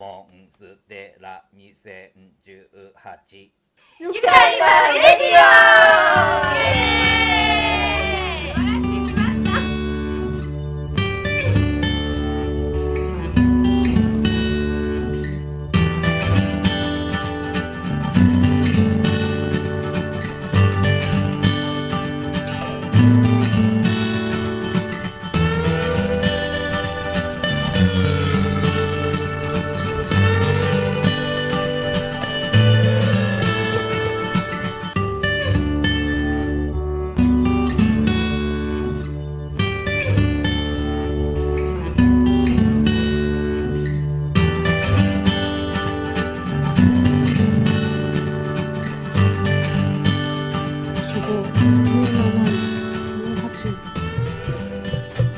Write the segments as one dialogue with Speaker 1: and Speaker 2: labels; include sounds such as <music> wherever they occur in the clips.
Speaker 1: ステラ2018
Speaker 2: 愉快はレディオ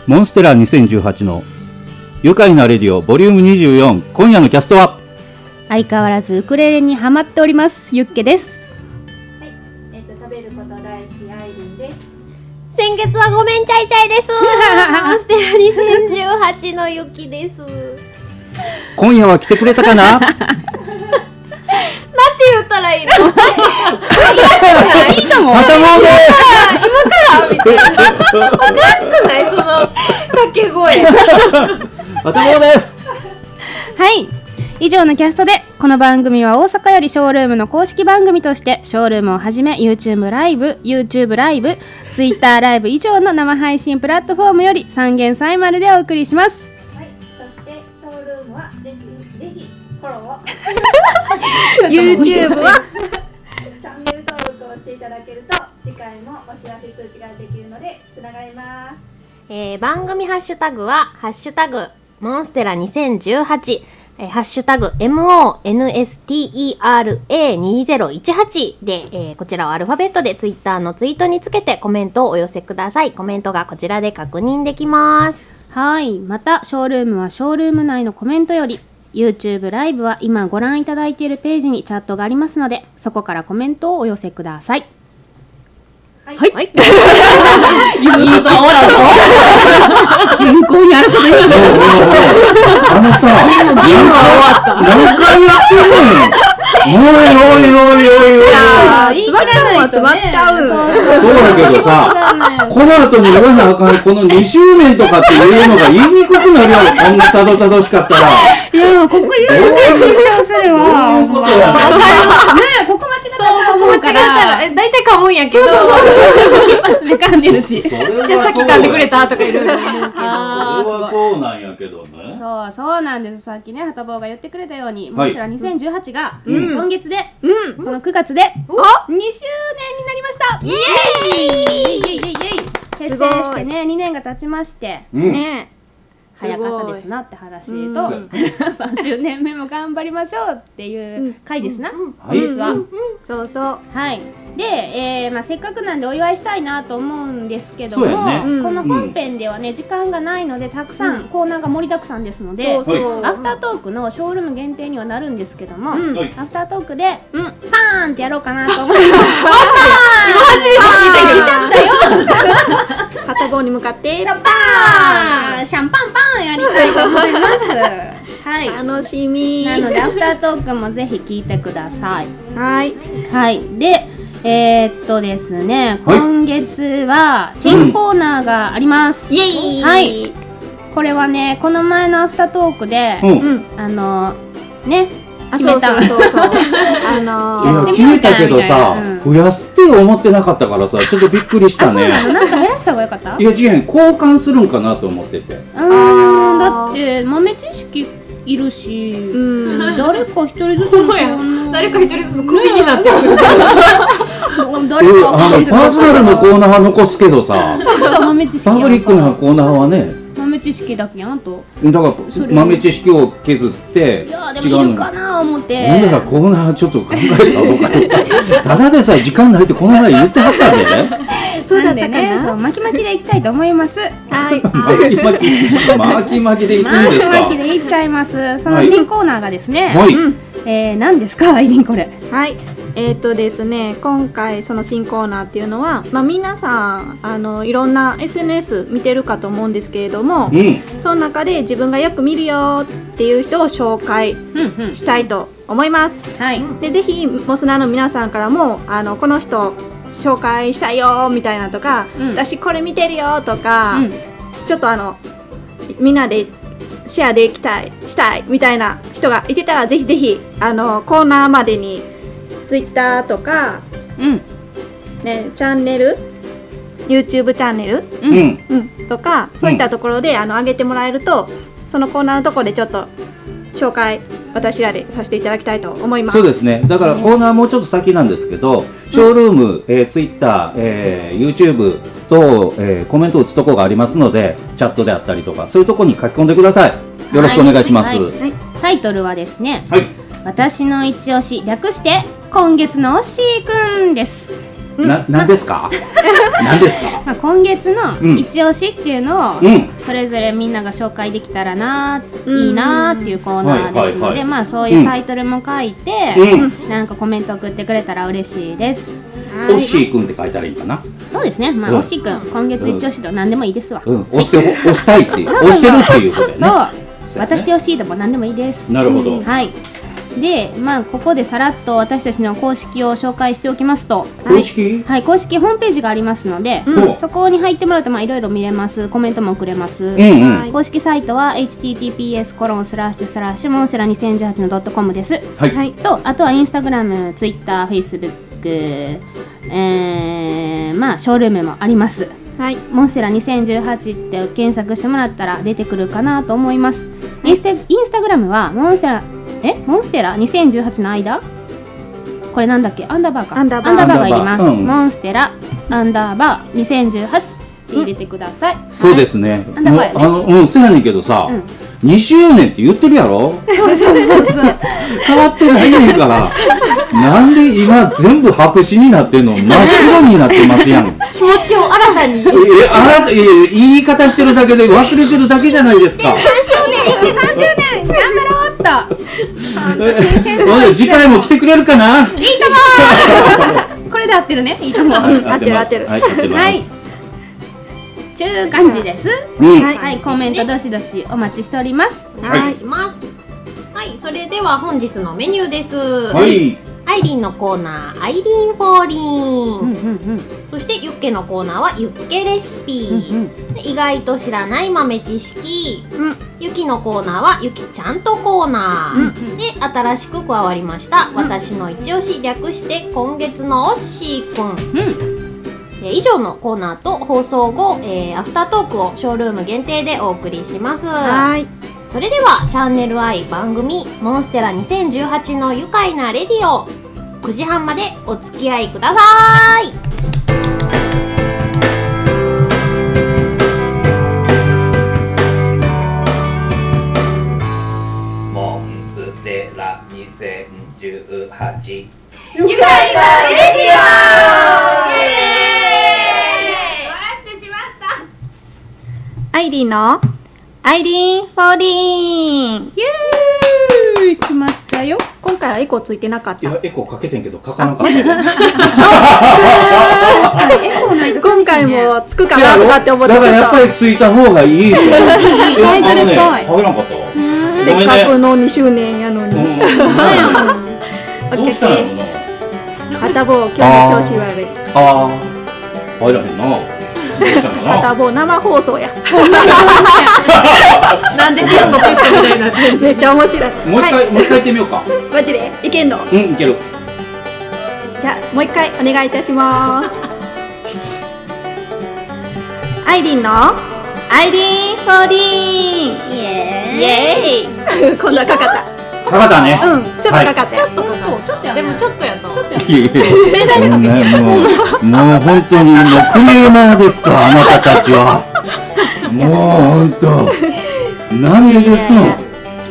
Speaker 3: モンステラ2018の愉快なレディオボリューム24今夜のキャストは
Speaker 4: 相変わらずウクレレにハマっておりますユッケです
Speaker 2: えっと食べること大好きアイリンです
Speaker 5: 先月はごめんちゃいちゃいです。モンステラ2018のゆきです。待って
Speaker 3: 今夜は来てくれたかな
Speaker 5: <laughs> 言ったらいいの。
Speaker 4: いいと思う
Speaker 3: またもう
Speaker 5: おかしくないその掛け声。
Speaker 3: でまたもうです
Speaker 4: はい以上のキャストでこの番組は大阪よりショールームの公式番組としてショールームをはじめ YouTube ライブ YouTube ライブ Twitter ライブ以上の生配信プラットフォームより三元サイマルでお送りします
Speaker 2: はいそしてショールームはぜひぜひフォローを
Speaker 5: YouTube
Speaker 2: チ
Speaker 5: は
Speaker 2: ャンネル登録をしていただけると次回もお知らせ通知ができるのでつながります
Speaker 5: えー番組ハッシュタグは、ハッシュタグ、モンステラ2018、えーハッシュタグ、monstera2018 で、えーこちらをアルファベットでツイッターのツイートにつけてコメントをお寄せください。コメントがこちらで確認できます。
Speaker 4: はいまたショールームはショールーム内のコメントより YouTube ライブは今ご覧いただいているページにチャットがありますのでそこからコメントをお寄せください
Speaker 2: はい、
Speaker 5: <laughs> はい。
Speaker 4: 原稿にあること言う
Speaker 3: あのさ何回やってんのおいおいおいおいおい
Speaker 4: 詰まっちゃうは詰まっちゃう
Speaker 3: そうだけどさこの後に言わなあかんこの2周年とかっていうのが言いにくくなるやろこんなたどたどしかったら
Speaker 4: いやここ言う
Speaker 3: どういう
Speaker 4: 緊張する
Speaker 3: どう
Speaker 4: わ
Speaker 3: いうことやねん
Speaker 4: ねここ間違ったら思うから
Speaker 5: え、大体噛むんやけど。そうそう
Speaker 4: 一発で噛んでるし
Speaker 3: それはそう
Speaker 5: じゃあさっき噛んでくれたとかいろいろ思うけど
Speaker 3: それはそうなんやけどね。
Speaker 4: そうそうなんですさっきねハタボーが言ってくれたように
Speaker 3: は
Speaker 4: モ
Speaker 3: い
Speaker 4: ンステラ2018が
Speaker 3: うん
Speaker 4: 今月でこの9月で2周年になりましたイエーイイエイイエイイエイ結成してね2年が経ちまして
Speaker 3: うん。
Speaker 5: ね
Speaker 4: 早かったですなって話と、
Speaker 5: うん
Speaker 4: <laughs> 30年目も頑張りましょうっていう回ですな、
Speaker 3: はい。
Speaker 4: 実は、
Speaker 5: そうそう。
Speaker 4: はいで、えーまあ、せっかくなんでお祝いしたいなと思うんですけども、
Speaker 3: そうや
Speaker 5: ね
Speaker 4: この本編ではね時間がないのでたくさん、コーナーが盛りだくさんですので
Speaker 5: そうそう。
Speaker 4: アフタートークのショールーム限定にはなるんですけども、
Speaker 5: うん
Speaker 3: はい
Speaker 4: アフタートークで、
Speaker 5: うん
Speaker 4: パーンってやろうかなと思います
Speaker 5: <laughs> 片方に向かって
Speaker 4: パーンシャンパンパーンやりたいと思いますはい
Speaker 5: 楽しみ
Speaker 4: なのでアフタートークもぜひ聞いてください。
Speaker 5: はい
Speaker 4: はい、で、えーっとですね、
Speaker 3: はい
Speaker 4: 今月は新コーナーがあります。
Speaker 5: イエイ
Speaker 4: はい、これはね、この前のアフタートークで、
Speaker 3: うん。い
Speaker 5: うん
Speaker 4: あの、ね、
Speaker 5: あ
Speaker 4: 決
Speaker 5: そ
Speaker 4: め
Speaker 5: う
Speaker 4: た
Speaker 5: そうそう <laughs> そうあのー
Speaker 4: や
Speaker 3: や
Speaker 4: ってみようかな
Speaker 3: 決めたけどさ
Speaker 4: みたいな、
Speaker 3: 増やすって思ってなかっ
Speaker 4: <laughs>
Speaker 3: たからさ、ちょっとびっくりし
Speaker 4: あ、
Speaker 3: た
Speaker 4: そうなの、
Speaker 3: ね。
Speaker 4: なんか減らした方がよかった。う
Speaker 3: いや、次元交換するんかなと思ってて。
Speaker 4: ーん、だって豆知識いるし、
Speaker 5: うん
Speaker 4: 誰か一人ずつのコーナー。
Speaker 5: 誰か一人ずつクビになって
Speaker 4: <laughs>
Speaker 5: る
Speaker 4: 誰
Speaker 3: え、
Speaker 4: か
Speaker 3: あの、パーソナルのコーナーは残すけどさ、
Speaker 4: <laughs> ことは豆知識
Speaker 3: パ
Speaker 4: やんか
Speaker 3: ブリックのコーナーはね、
Speaker 4: 豆知識だけやんあと。
Speaker 3: だか
Speaker 4: そ
Speaker 3: ら
Speaker 4: れ
Speaker 3: 豆知識を削って、
Speaker 4: いやー、
Speaker 3: 違
Speaker 4: でも
Speaker 3: う
Speaker 4: いる
Speaker 3: のに
Speaker 4: かな思って。
Speaker 3: なんだかコーナーちょっと考えた方がい
Speaker 4: <laughs>
Speaker 3: い。ただでさえ時間ないってこの前言ってはったんでね。
Speaker 5: そうだ
Speaker 4: な
Speaker 5: っ
Speaker 4: んで
Speaker 5: たか
Speaker 4: ね、そ
Speaker 5: な
Speaker 4: う巻き巻きでいきたいと思います。
Speaker 5: はい
Speaker 3: 巻き巻き、巻き巻きでいくん
Speaker 4: 巻
Speaker 3: で
Speaker 4: き
Speaker 3: すか。
Speaker 4: 巻きでいっちゃいます。その新コーナーがですね、
Speaker 3: はい。
Speaker 4: えー、何ですか、アイリンこれ。
Speaker 5: はい
Speaker 1: えっ、とですね今回その新コーナーっていうのは、まあ、皆さんあのいろんな SNS 見てるかと思うんですけれども
Speaker 3: うん。
Speaker 1: その中で自分がよく見るよっていう人を紹介
Speaker 4: うんうん
Speaker 1: したいと思います。
Speaker 4: はい
Speaker 1: でぜひモスナーの皆さんからもあのこの人紹介したいよみたいなとか、
Speaker 4: うん
Speaker 1: 私これ見てるよとか、
Speaker 4: うん
Speaker 1: ちょっとあのみんなでシェアできたいしたいみたいな人がいてたらぜひぜひあのコーナーまでにツイッターとか、
Speaker 4: うん
Speaker 1: ね、チャンネル YouTube チャンネル、
Speaker 4: う
Speaker 3: うんん。
Speaker 1: うん、とかそういったところで、あの上げてもらえるとそのコーナーのところでちょっと紹介私らでさせていただきたいと思います。
Speaker 3: そうですね。だからコーナーもうちょっと先なんですけど、ショールーム、えー、Twitter、えー YouTube と、えーコメントを打つとこがありますので、チャットであったりとか、そういうとこに書き込んでください。よろしくお願いします。
Speaker 4: はいはいタイトルはですね
Speaker 3: はい。
Speaker 4: 私の一押し略して今月のおしーくんです、
Speaker 3: な、なんですかなんですか
Speaker 4: まあ、今月の
Speaker 3: うん
Speaker 4: 一押しっていうのを、
Speaker 3: うん。
Speaker 4: それぞれみんなが紹介できたらな
Speaker 1: うん
Speaker 4: いいなっていうコーナーですの
Speaker 3: はいはいは
Speaker 4: で
Speaker 3: い
Speaker 4: まあそういうタイトルも書いて、
Speaker 3: うん。
Speaker 4: なんかコメント送ってくれたら嬉しいです
Speaker 1: はい
Speaker 3: おしーくんって書いたらいいかな。
Speaker 4: そうですねまあ、
Speaker 3: うん
Speaker 4: おしーくん今月一押しと何でもいいですわ、
Speaker 3: うん。押して、押したいっていう、押してるっていうこと
Speaker 4: そう
Speaker 3: やね。
Speaker 4: 私推しでも何でもいいです
Speaker 3: なるほど。
Speaker 4: はいでまあここでさらっと私たちの公式を紹介しておきますと
Speaker 3: 公式
Speaker 4: はい、公式ホームページがありますので、
Speaker 3: うん
Speaker 4: そこに入ってもらうとまあいろいろ見れますコメントも送れます、
Speaker 3: うんう
Speaker 1: は
Speaker 3: ん。
Speaker 1: い
Speaker 4: 公式サイトは https コロンスラッシュスラッシュモンスラ2018のドットコムです
Speaker 3: はい。
Speaker 1: はい
Speaker 4: とあとはインスタグラムツイッターフェイスブックえー、まあショールームもあります
Speaker 1: はい、
Speaker 4: モンステラ2018って検索してもらったら出てくるかなと思いますインスタインスタグラムはモンステラえモンステラ2018の間これなんだっけアンダーバーか
Speaker 1: アンダーバー
Speaker 4: がいります、
Speaker 3: アンダーバーうん
Speaker 4: モンステラアンダーバー2018って入れてください、
Speaker 3: そうですね。
Speaker 4: あんたこうやね
Speaker 3: もうあの、うん、せやねんけどさ
Speaker 4: うん、
Speaker 3: 2周年って言ってるやろ
Speaker 4: そうそうそうそう <laughs>
Speaker 3: 変わってないねんから、なんで今全部白紙になってんの真っ白になってますやん。
Speaker 5: 気持ちを新たに。
Speaker 3: え、あなた、え、言い方してるだけで忘れてるだけじゃないですか。
Speaker 4: おっと
Speaker 3: え次回も来てくれるかない
Speaker 4: これで合ってるねいいと思うは
Speaker 3: 合
Speaker 1: 合ってる
Speaker 3: はい、合ってます。
Speaker 4: いちゅう感じです
Speaker 3: うん。
Speaker 1: はい
Speaker 4: はいコメントどしどしお待ちしております
Speaker 5: お願いします。はい、それでは本日のメニューです。
Speaker 3: は。い。
Speaker 5: アイリンのコーナー、アイリンフォーリン。
Speaker 4: うん
Speaker 5: そしてユッケのコーナーはユッケレシピ。で意外と知らない豆知識。
Speaker 1: うん
Speaker 5: ゆきのコーナーはゆきちゃんとコーナー、で新しく加わりました、私の一押し略して今月のおっしーくん
Speaker 4: うん
Speaker 5: えー以上のコーナーと放送後、えーアフタートークをショールーム限定でお送りします
Speaker 1: はい、
Speaker 5: それではチャンネル I 番組「モンステラ2018の愉快なレディオ」9時半までお付き合いください
Speaker 6: モンステラ2018
Speaker 1: アイリーのアイリーンフォーリン。
Speaker 4: イエーイ来ましたよ
Speaker 1: 今回はエコついてなかっ
Speaker 3: い
Speaker 1: た。
Speaker 3: や、エコーかけてんけど、かかなかった。
Speaker 4: 確かにエコーないと
Speaker 1: 今
Speaker 4: 寂しい
Speaker 1: 回
Speaker 4: ね
Speaker 1: もつくかなとかって思って
Speaker 3: だ
Speaker 1: ちょ
Speaker 3: か
Speaker 1: っ
Speaker 3: らやっぱりついた方がいいし。
Speaker 4: いいタイトルっぽい
Speaker 3: あのねかけなかったわ。
Speaker 1: と
Speaker 3: ごめ
Speaker 1: せっ
Speaker 3: ん
Speaker 1: かく
Speaker 3: ね。
Speaker 1: の2周年やのに。
Speaker 3: うんどうしたんやろな。
Speaker 1: 片棒今日の調子悪い。
Speaker 3: ああ、入らへんな。どうしたんかな。
Speaker 1: 片棒生放送や。
Speaker 5: なんでですのか
Speaker 1: めっちゃ面白い。
Speaker 3: もう一回、
Speaker 1: は
Speaker 3: もう一回行ってみようか。
Speaker 1: い、マジでいけんの。
Speaker 3: うん、いける。
Speaker 1: じゃあもう一回お願いいたします。アイリーンのアイリーンフォーリン。
Speaker 4: イエ
Speaker 1: イエ <laughs> ーイ。今度はかかった。
Speaker 3: かかったね。
Speaker 1: うん、ちょっとかかったよ。
Speaker 4: ーイそうちょっとやでもちょっとやなちょっとや
Speaker 3: いやいやこんなもう、もう本当に、もうクレーマーですか、あなたたちは。もう本当。なんでですの。は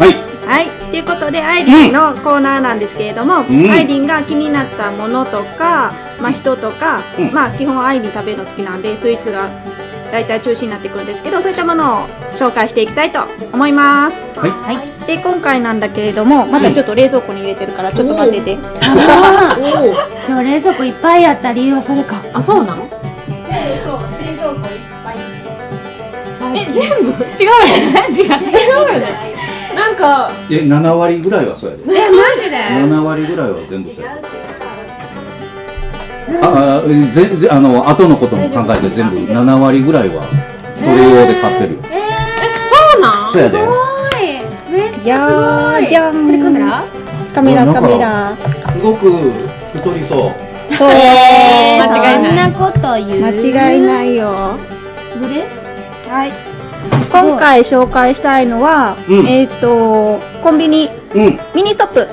Speaker 3: い。
Speaker 1: はい、ということでアイリンのコーナーなんですけれども、
Speaker 3: ん
Speaker 1: アイリンが気になったものとか、まあ、人とか、
Speaker 3: うん
Speaker 1: まあ基本アイリン食べるの好きなんでスイーツが大体中心になってくるんですけどそういったものを紹介していきたいと思います
Speaker 3: はい
Speaker 1: で今回なんだけれどもまだちょっと冷蔵庫に入れてるからちょっと待って
Speaker 5: お
Speaker 1: て、
Speaker 5: ー
Speaker 4: 今日冷蔵庫いっぱいあった理由はそれか
Speaker 5: あそうなの
Speaker 2: でそう冷蔵庫いっぱい
Speaker 4: え全部違うよね違う違うよねなんか
Speaker 3: え7割ぐらいはそうやで
Speaker 4: えマジで
Speaker 3: 7割ぐらいは全部
Speaker 2: 違うって
Speaker 3: そ
Speaker 2: いう
Speaker 3: うや
Speaker 2: か
Speaker 3: でああぜぜあの後のことも考えて全部7割ぐらいはそれ用で買ってるよ
Speaker 4: えー、
Speaker 5: そうなん
Speaker 3: そうやで
Speaker 4: すごいめっ
Speaker 1: い
Speaker 4: ち
Speaker 1: や
Speaker 4: ゃすご
Speaker 1: ー
Speaker 4: い
Speaker 1: じゃん
Speaker 4: これカメラ
Speaker 1: カメラ
Speaker 3: なんか
Speaker 1: カメラ
Speaker 3: すごく太りそう
Speaker 1: そう
Speaker 5: えー
Speaker 1: 間違いない
Speaker 4: そんなこと言う
Speaker 1: 間違いないよ
Speaker 4: ブレ
Speaker 1: はい
Speaker 4: すごい
Speaker 1: 今回紹介したいのは、
Speaker 3: うん
Speaker 1: えっ、とコンビニ
Speaker 3: うんうん
Speaker 1: ミニストップ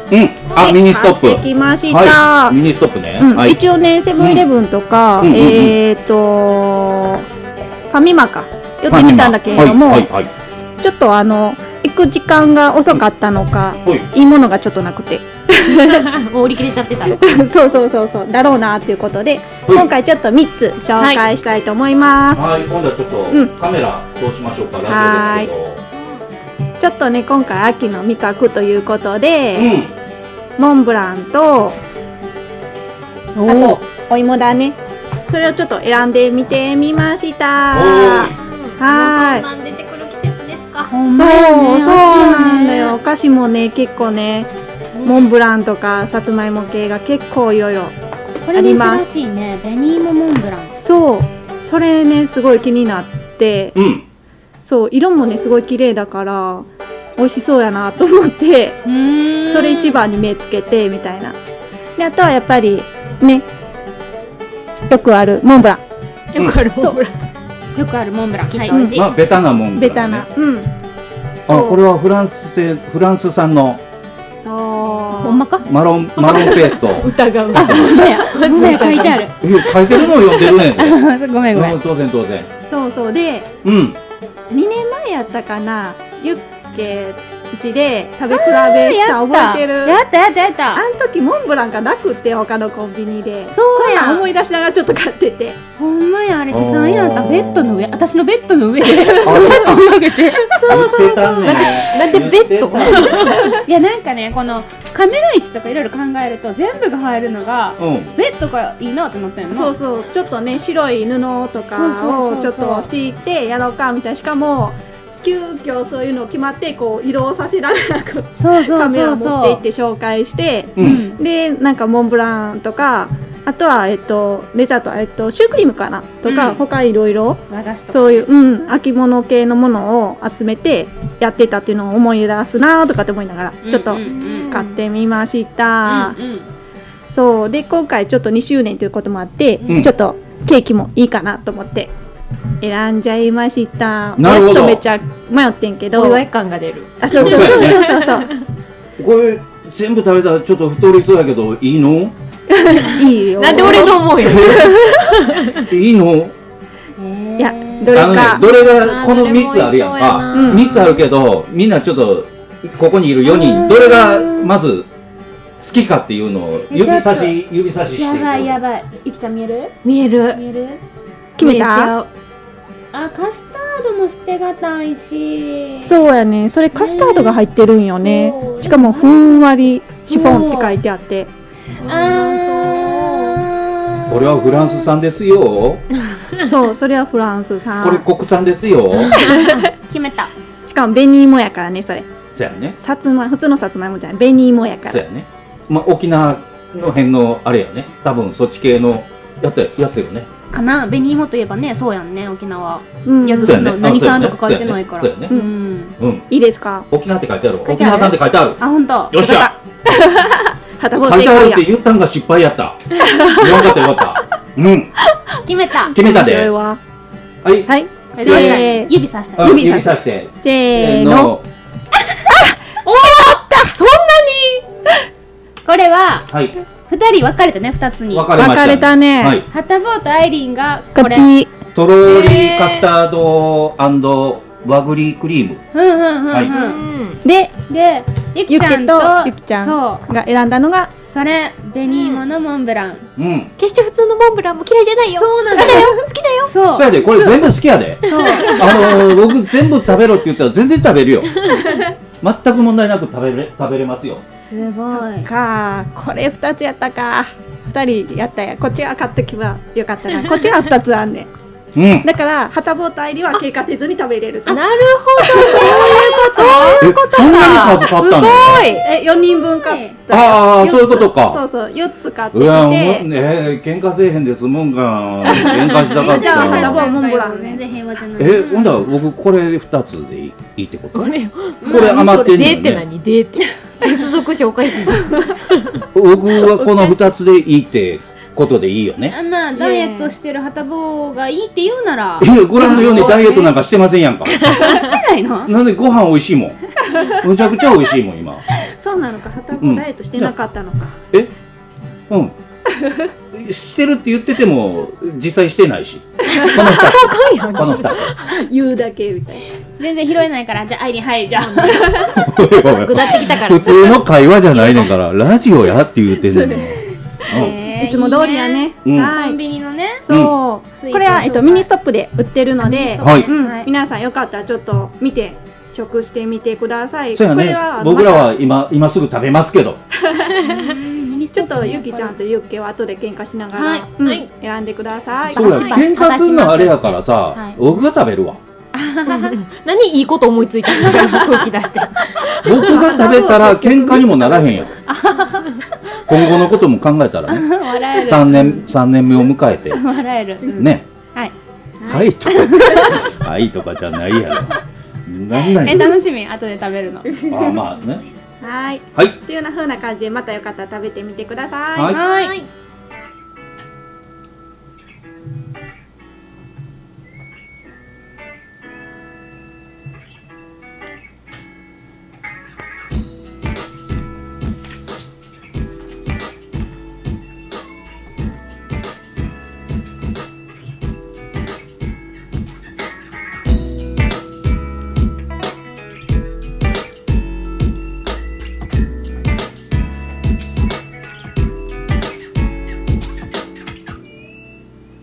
Speaker 3: あ
Speaker 1: で
Speaker 3: ミニストップ
Speaker 1: 買ってきました、
Speaker 3: はいミニストップね
Speaker 1: うん
Speaker 3: はい
Speaker 1: 一応ねセブンイレブンとか、
Speaker 3: うんうんうんうん
Speaker 1: えっ、とファミマか寄ってみたんだけれども、
Speaker 3: はいはいは
Speaker 1: ちょっとあの行く時間が遅かったのか
Speaker 3: いはい
Speaker 1: いいものがちょっとな
Speaker 3: <laughs>
Speaker 1: くて
Speaker 5: もう売り切れちゃってたの
Speaker 1: そうそうそうそうだろうなっていうことで、
Speaker 3: はい
Speaker 1: 今回ちょっと3つ紹介したいと思います、
Speaker 3: はい、今度はちょっと、
Speaker 1: うん
Speaker 3: カメラどうしましょうか、ラジオです
Speaker 1: ちょっとね今回秋の味覚ということ
Speaker 3: け
Speaker 1: で、
Speaker 3: ど。うん、
Speaker 1: モンブランとあとお芋だねそれをちょっと選んでみてみました
Speaker 3: おー
Speaker 1: はーい
Speaker 5: もうそんなん出てくる季節ですか
Speaker 4: ほん
Speaker 1: そ
Speaker 4: ま
Speaker 1: う
Speaker 4: やね
Speaker 1: そうなんだよお
Speaker 4: 秋
Speaker 1: 菓子もね結構ねモンブランとかさつまいも系が結構いろいろ
Speaker 4: ねこれ珍しいね紅芋モンブラン
Speaker 1: そうそれねすごい気になって
Speaker 3: うん、
Speaker 1: そう色もねすごい綺麗だから美味しそうやなと思ってそれ一番に目つけてみたいなであとはやっぱりねよくあるモンブラン
Speaker 5: よくあるモンブラン
Speaker 4: よくあるモンブランきっと
Speaker 5: はい
Speaker 4: 美味しい
Speaker 3: まあ、ベタなもん、
Speaker 1: ベタな。うん
Speaker 3: あ、これはフランス製、フランス産の
Speaker 1: そう
Speaker 4: ほんまか
Speaker 3: マ <laughs> ロン、マロンペート。
Speaker 1: 疑う
Speaker 4: あほんまやほんまや書いてある
Speaker 3: え、書いてるのを読んでるねん <laughs> ね。
Speaker 4: ごめんごめ
Speaker 3: うんん、当然、当然。
Speaker 1: そうそうで
Speaker 3: うん、
Speaker 1: 2年前やったかなユッケうちで食べ比べした覚えてる
Speaker 4: やったやったやった
Speaker 1: あん時モンブランがなくって他のコンビニで
Speaker 4: そうや
Speaker 1: ん思い出しながらちょっと買ってて
Speaker 4: ほんまやあれで
Speaker 3: あー
Speaker 4: 3位あったベッドの上私のベッドの上 <laughs> で
Speaker 3: あ、そう
Speaker 4: 投げて
Speaker 3: そうそう。言ってたね。
Speaker 5: なんでベッド
Speaker 3: 言ってたね
Speaker 4: いやなんかねこのカメラ位置とかいろいろ考えると全部が入るのが
Speaker 3: うん、
Speaker 4: ベッドがいいなってなったよな
Speaker 1: そうそうちょっとね白い布
Speaker 4: そ
Speaker 1: と
Speaker 4: う
Speaker 1: か
Speaker 4: そう
Speaker 1: を
Speaker 4: そう
Speaker 1: ち
Speaker 4: そ
Speaker 1: ょ
Speaker 4: う
Speaker 1: っと敷いてやろうかみたいなしかも急遽そういうの決まってこう移動させながらこう
Speaker 4: そうそ
Speaker 1: カ
Speaker 4: う
Speaker 1: メ
Speaker 4: そ
Speaker 1: ラ
Speaker 4: う
Speaker 1: 持
Speaker 4: そ
Speaker 1: っていうって紹介して
Speaker 3: う、
Speaker 4: うんん
Speaker 1: でなんかモンブランとかあとはえっとデザートえっとシュークリームかなとか、
Speaker 4: うん
Speaker 1: 他いろいろ
Speaker 4: 和菓子とか
Speaker 1: そういう、うん、秋物系のものを集めてやってたっていうのを思い出すなーとかって思いながらちょっと
Speaker 4: うんうん
Speaker 1: 買ってみました、
Speaker 4: うんうん
Speaker 1: そうで今回ちょっと2周年ということもあって、
Speaker 3: うん
Speaker 1: ちょっとケーキもいいかなと思って選んじゃいました
Speaker 3: なるほど
Speaker 1: おやつとめっちゃ迷ってんけど
Speaker 5: お祝い感が出る
Speaker 1: あそうそうそうそうそう
Speaker 3: これ、全部食べたら、ちょっと太りそうやけど、いいの。
Speaker 4: <laughs>
Speaker 1: いいよ
Speaker 5: なんで俺と思うよ
Speaker 3: いいの。
Speaker 1: いやどれ
Speaker 3: あのね
Speaker 1: か、、
Speaker 3: どれ
Speaker 5: あ
Speaker 3: が、
Speaker 5: ー
Speaker 3: この三つあるやん
Speaker 5: どれも美味しそうや
Speaker 3: か
Speaker 5: な。
Speaker 1: うん
Speaker 3: 3つあるけどみんなちょっとここにいる4人どれがまず好きかっていうのを指差し指差しして
Speaker 4: や
Speaker 3: いく
Speaker 4: ばいやばいゆきちゃん見える
Speaker 5: 見える
Speaker 4: 見える
Speaker 1: 決め
Speaker 5: 見えちゃ
Speaker 1: た
Speaker 5: う
Speaker 4: あカスタードも捨てがたいし
Speaker 1: そうやねそれカスタードが入ってるんよね
Speaker 4: そう
Speaker 1: しかもふんわりシフォンって書いてあって
Speaker 4: あー
Speaker 3: これはフランス産ですよこ
Speaker 1: そうそれはフランス産
Speaker 3: れ国産ですよ
Speaker 4: 決めた
Speaker 1: しかも紅芋やからねそれ
Speaker 3: そやね
Speaker 1: さつま普通のさつまいもじゃない紅芋やか
Speaker 3: そ
Speaker 1: ら
Speaker 3: やねまあ沖縄の辺のあれやね多分そっち系のやつやつよね
Speaker 4: かな紅芋といえばねそうやんね沖縄
Speaker 1: うん
Speaker 4: いや
Speaker 1: い
Speaker 3: そうや
Speaker 4: そ
Speaker 3: ね
Speaker 4: の何産とか書いてないから
Speaker 3: そうやね
Speaker 1: そうやね
Speaker 4: ん
Speaker 3: うん
Speaker 1: いですか
Speaker 3: 沖縄って書いてあるわ
Speaker 4: 書い
Speaker 3: 沖
Speaker 4: てある
Speaker 3: 縄産って書いてある
Speaker 4: あ本当
Speaker 3: よっし
Speaker 1: <laughs>
Speaker 3: ゃ
Speaker 1: はたぼう
Speaker 3: 書いて
Speaker 1: 正
Speaker 3: あるっ
Speaker 1: 解や
Speaker 3: て言ったんが失敗やった
Speaker 1: <laughs>
Speaker 3: よかったよかったうん
Speaker 4: 決めた
Speaker 3: 決めた
Speaker 1: 面白い
Speaker 3: では
Speaker 1: わ
Speaker 3: い
Speaker 1: はい
Speaker 3: せ
Speaker 1: どうした
Speaker 3: ー
Speaker 1: えー
Speaker 4: 指さした
Speaker 3: あ
Speaker 4: よ
Speaker 1: 指
Speaker 3: 指
Speaker 1: 差し
Speaker 3: さして
Speaker 1: せーの
Speaker 3: の
Speaker 4: これは
Speaker 3: はい
Speaker 4: 二人分かれたね二つに
Speaker 3: 分かれま
Speaker 1: 分
Speaker 3: した
Speaker 1: かれたね、
Speaker 3: はい
Speaker 4: ハタボーとアイリンが
Speaker 1: こ
Speaker 4: こ
Speaker 1: っ
Speaker 4: れ
Speaker 1: ち
Speaker 4: うん
Speaker 3: とろりカスタード和栗クリーム
Speaker 4: うんうん
Speaker 3: はい
Speaker 5: うん
Speaker 4: う
Speaker 1: で
Speaker 4: んでゆきちゃんと
Speaker 1: ゆきとゆきちゃん
Speaker 4: そ
Speaker 1: が選んだのが
Speaker 4: うそれ紅芋のモンブラン
Speaker 3: うん
Speaker 5: 決して普通のモンブランも嫌いじゃないよ
Speaker 4: そうなんだよ好きだよそうそう
Speaker 3: そやで、これ全部好きやで。
Speaker 4: そう
Speaker 3: あのー僕全部食べろって言ったら全然食べるよ。全く問題なく食べれ食べれますよ。
Speaker 4: すご
Speaker 1: そっ
Speaker 4: い
Speaker 1: かこれ2つやったか2人やったやこっちは買ってきばよかったなこっちは2つあんねん
Speaker 3: うん。え
Speaker 1: だから旗本入りは経過せずに食べれると
Speaker 5: なるほど、そういうこと。
Speaker 3: そんなに数買ったんだよ。
Speaker 5: すごい。
Speaker 1: え4人分買った
Speaker 3: ああ
Speaker 1: 四つ
Speaker 3: そういうことか
Speaker 1: そうそう4つ買って
Speaker 3: う
Speaker 1: きて
Speaker 3: わ、おもね、喧嘩せえへんで済むんか。喧嘩したかっ
Speaker 1: じゃあ片
Speaker 3: た。
Speaker 1: 方モンブランね
Speaker 4: 全然平和じゃない
Speaker 3: え、ほんだら僕これ二つでいいいいってこと？こ
Speaker 5: れ
Speaker 3: れ余ってん
Speaker 5: でっ
Speaker 3: の
Speaker 5: て
Speaker 3: よね。
Speaker 5: 何でって。接続詞おかしい。
Speaker 3: 僕はこの二つでいいってことでいいよね。
Speaker 4: あまあダイエットしてる旗棒がいいって言うなら
Speaker 3: いやご覧のようにダイエットなんか <laughs> してませんやんか。
Speaker 4: してないの
Speaker 3: なんでご飯美味しいもん。むちゃくちゃ美味しいもん今。
Speaker 1: そうなのか旗本ダイエットしてなかったのか、
Speaker 3: えうん。してるって言ってても実際してないし。この二つ。この二つ。
Speaker 1: 言うだけみたいな
Speaker 4: 全然拾えないからじゃあアイリンはいじゃあ
Speaker 3: おいおい
Speaker 5: 下ってきたから。
Speaker 3: <laughs>
Speaker 5: <laughs>
Speaker 3: 普通の会話じゃないねんから、ラジオやって言うてんねんの。うん
Speaker 4: えー
Speaker 1: いつも通りやね
Speaker 3: うん
Speaker 1: は
Speaker 4: コ
Speaker 1: い、
Speaker 4: ンビニのね
Speaker 1: そう、
Speaker 4: スイーツ
Speaker 1: これは、えっ
Speaker 4: 紹
Speaker 1: と、
Speaker 4: 介
Speaker 1: ミニストップで売ってるので、
Speaker 3: はい
Speaker 1: うん
Speaker 4: はい
Speaker 1: 皆さんよかったらちょっと見て食してみてください。
Speaker 3: そうや
Speaker 1: これは
Speaker 3: ね。僕ら
Speaker 1: ま
Speaker 3: は今、今すぐ食べますけど。
Speaker 1: たちょっとゆきちゃんとゆっけは後で喧嘩しながら、
Speaker 4: はい
Speaker 1: うん
Speaker 4: はい
Speaker 1: 選んでください。
Speaker 3: そうや、
Speaker 4: バシバシ
Speaker 3: 喧嘩するのあれやから
Speaker 4: は
Speaker 3: さ
Speaker 4: い、
Speaker 3: 僕が食べるわ。
Speaker 5: 何いいこと思い <laughs> ついたみたいな空気出して。
Speaker 3: 僕が食べたら喧嘩にもならへ
Speaker 1: <laughs>
Speaker 3: んやろ。今後のことも考えたらね。
Speaker 4: 笑える
Speaker 3: 3年、 <laughs> 三年目を迎え
Speaker 4: <laughs>
Speaker 3: て。
Speaker 4: 笑える、うん
Speaker 3: ね。
Speaker 4: はい
Speaker 3: はいと
Speaker 4: <laughs>
Speaker 3: か。はいとかじゃないやろ。なんな
Speaker 4: え
Speaker 3: い
Speaker 4: 楽しみ後で食べるの
Speaker 3: あ、まあね。
Speaker 1: はい。
Speaker 3: はい
Speaker 1: っていうような風な感じでまたよかったら食べてみてください。
Speaker 3: はい
Speaker 4: はい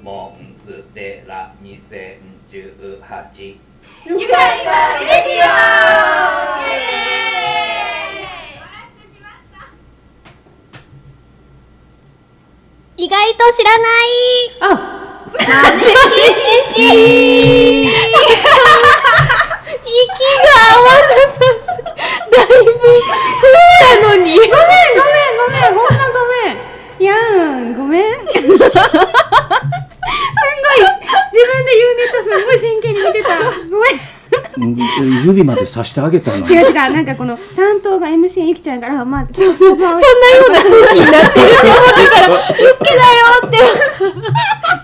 Speaker 6: モンステラ2018
Speaker 5: 意外と知らない。
Speaker 4: ごめん、ほんまごめん。いやん、ごめん。すんごい、自分で言うネタすんごい真剣に見てた。ごめん。
Speaker 3: うん指までさしてあげたのに。
Speaker 4: 違う違う、なんかこの担当が MC ゆきちゃんやから、まあ、そうそう、そんなよ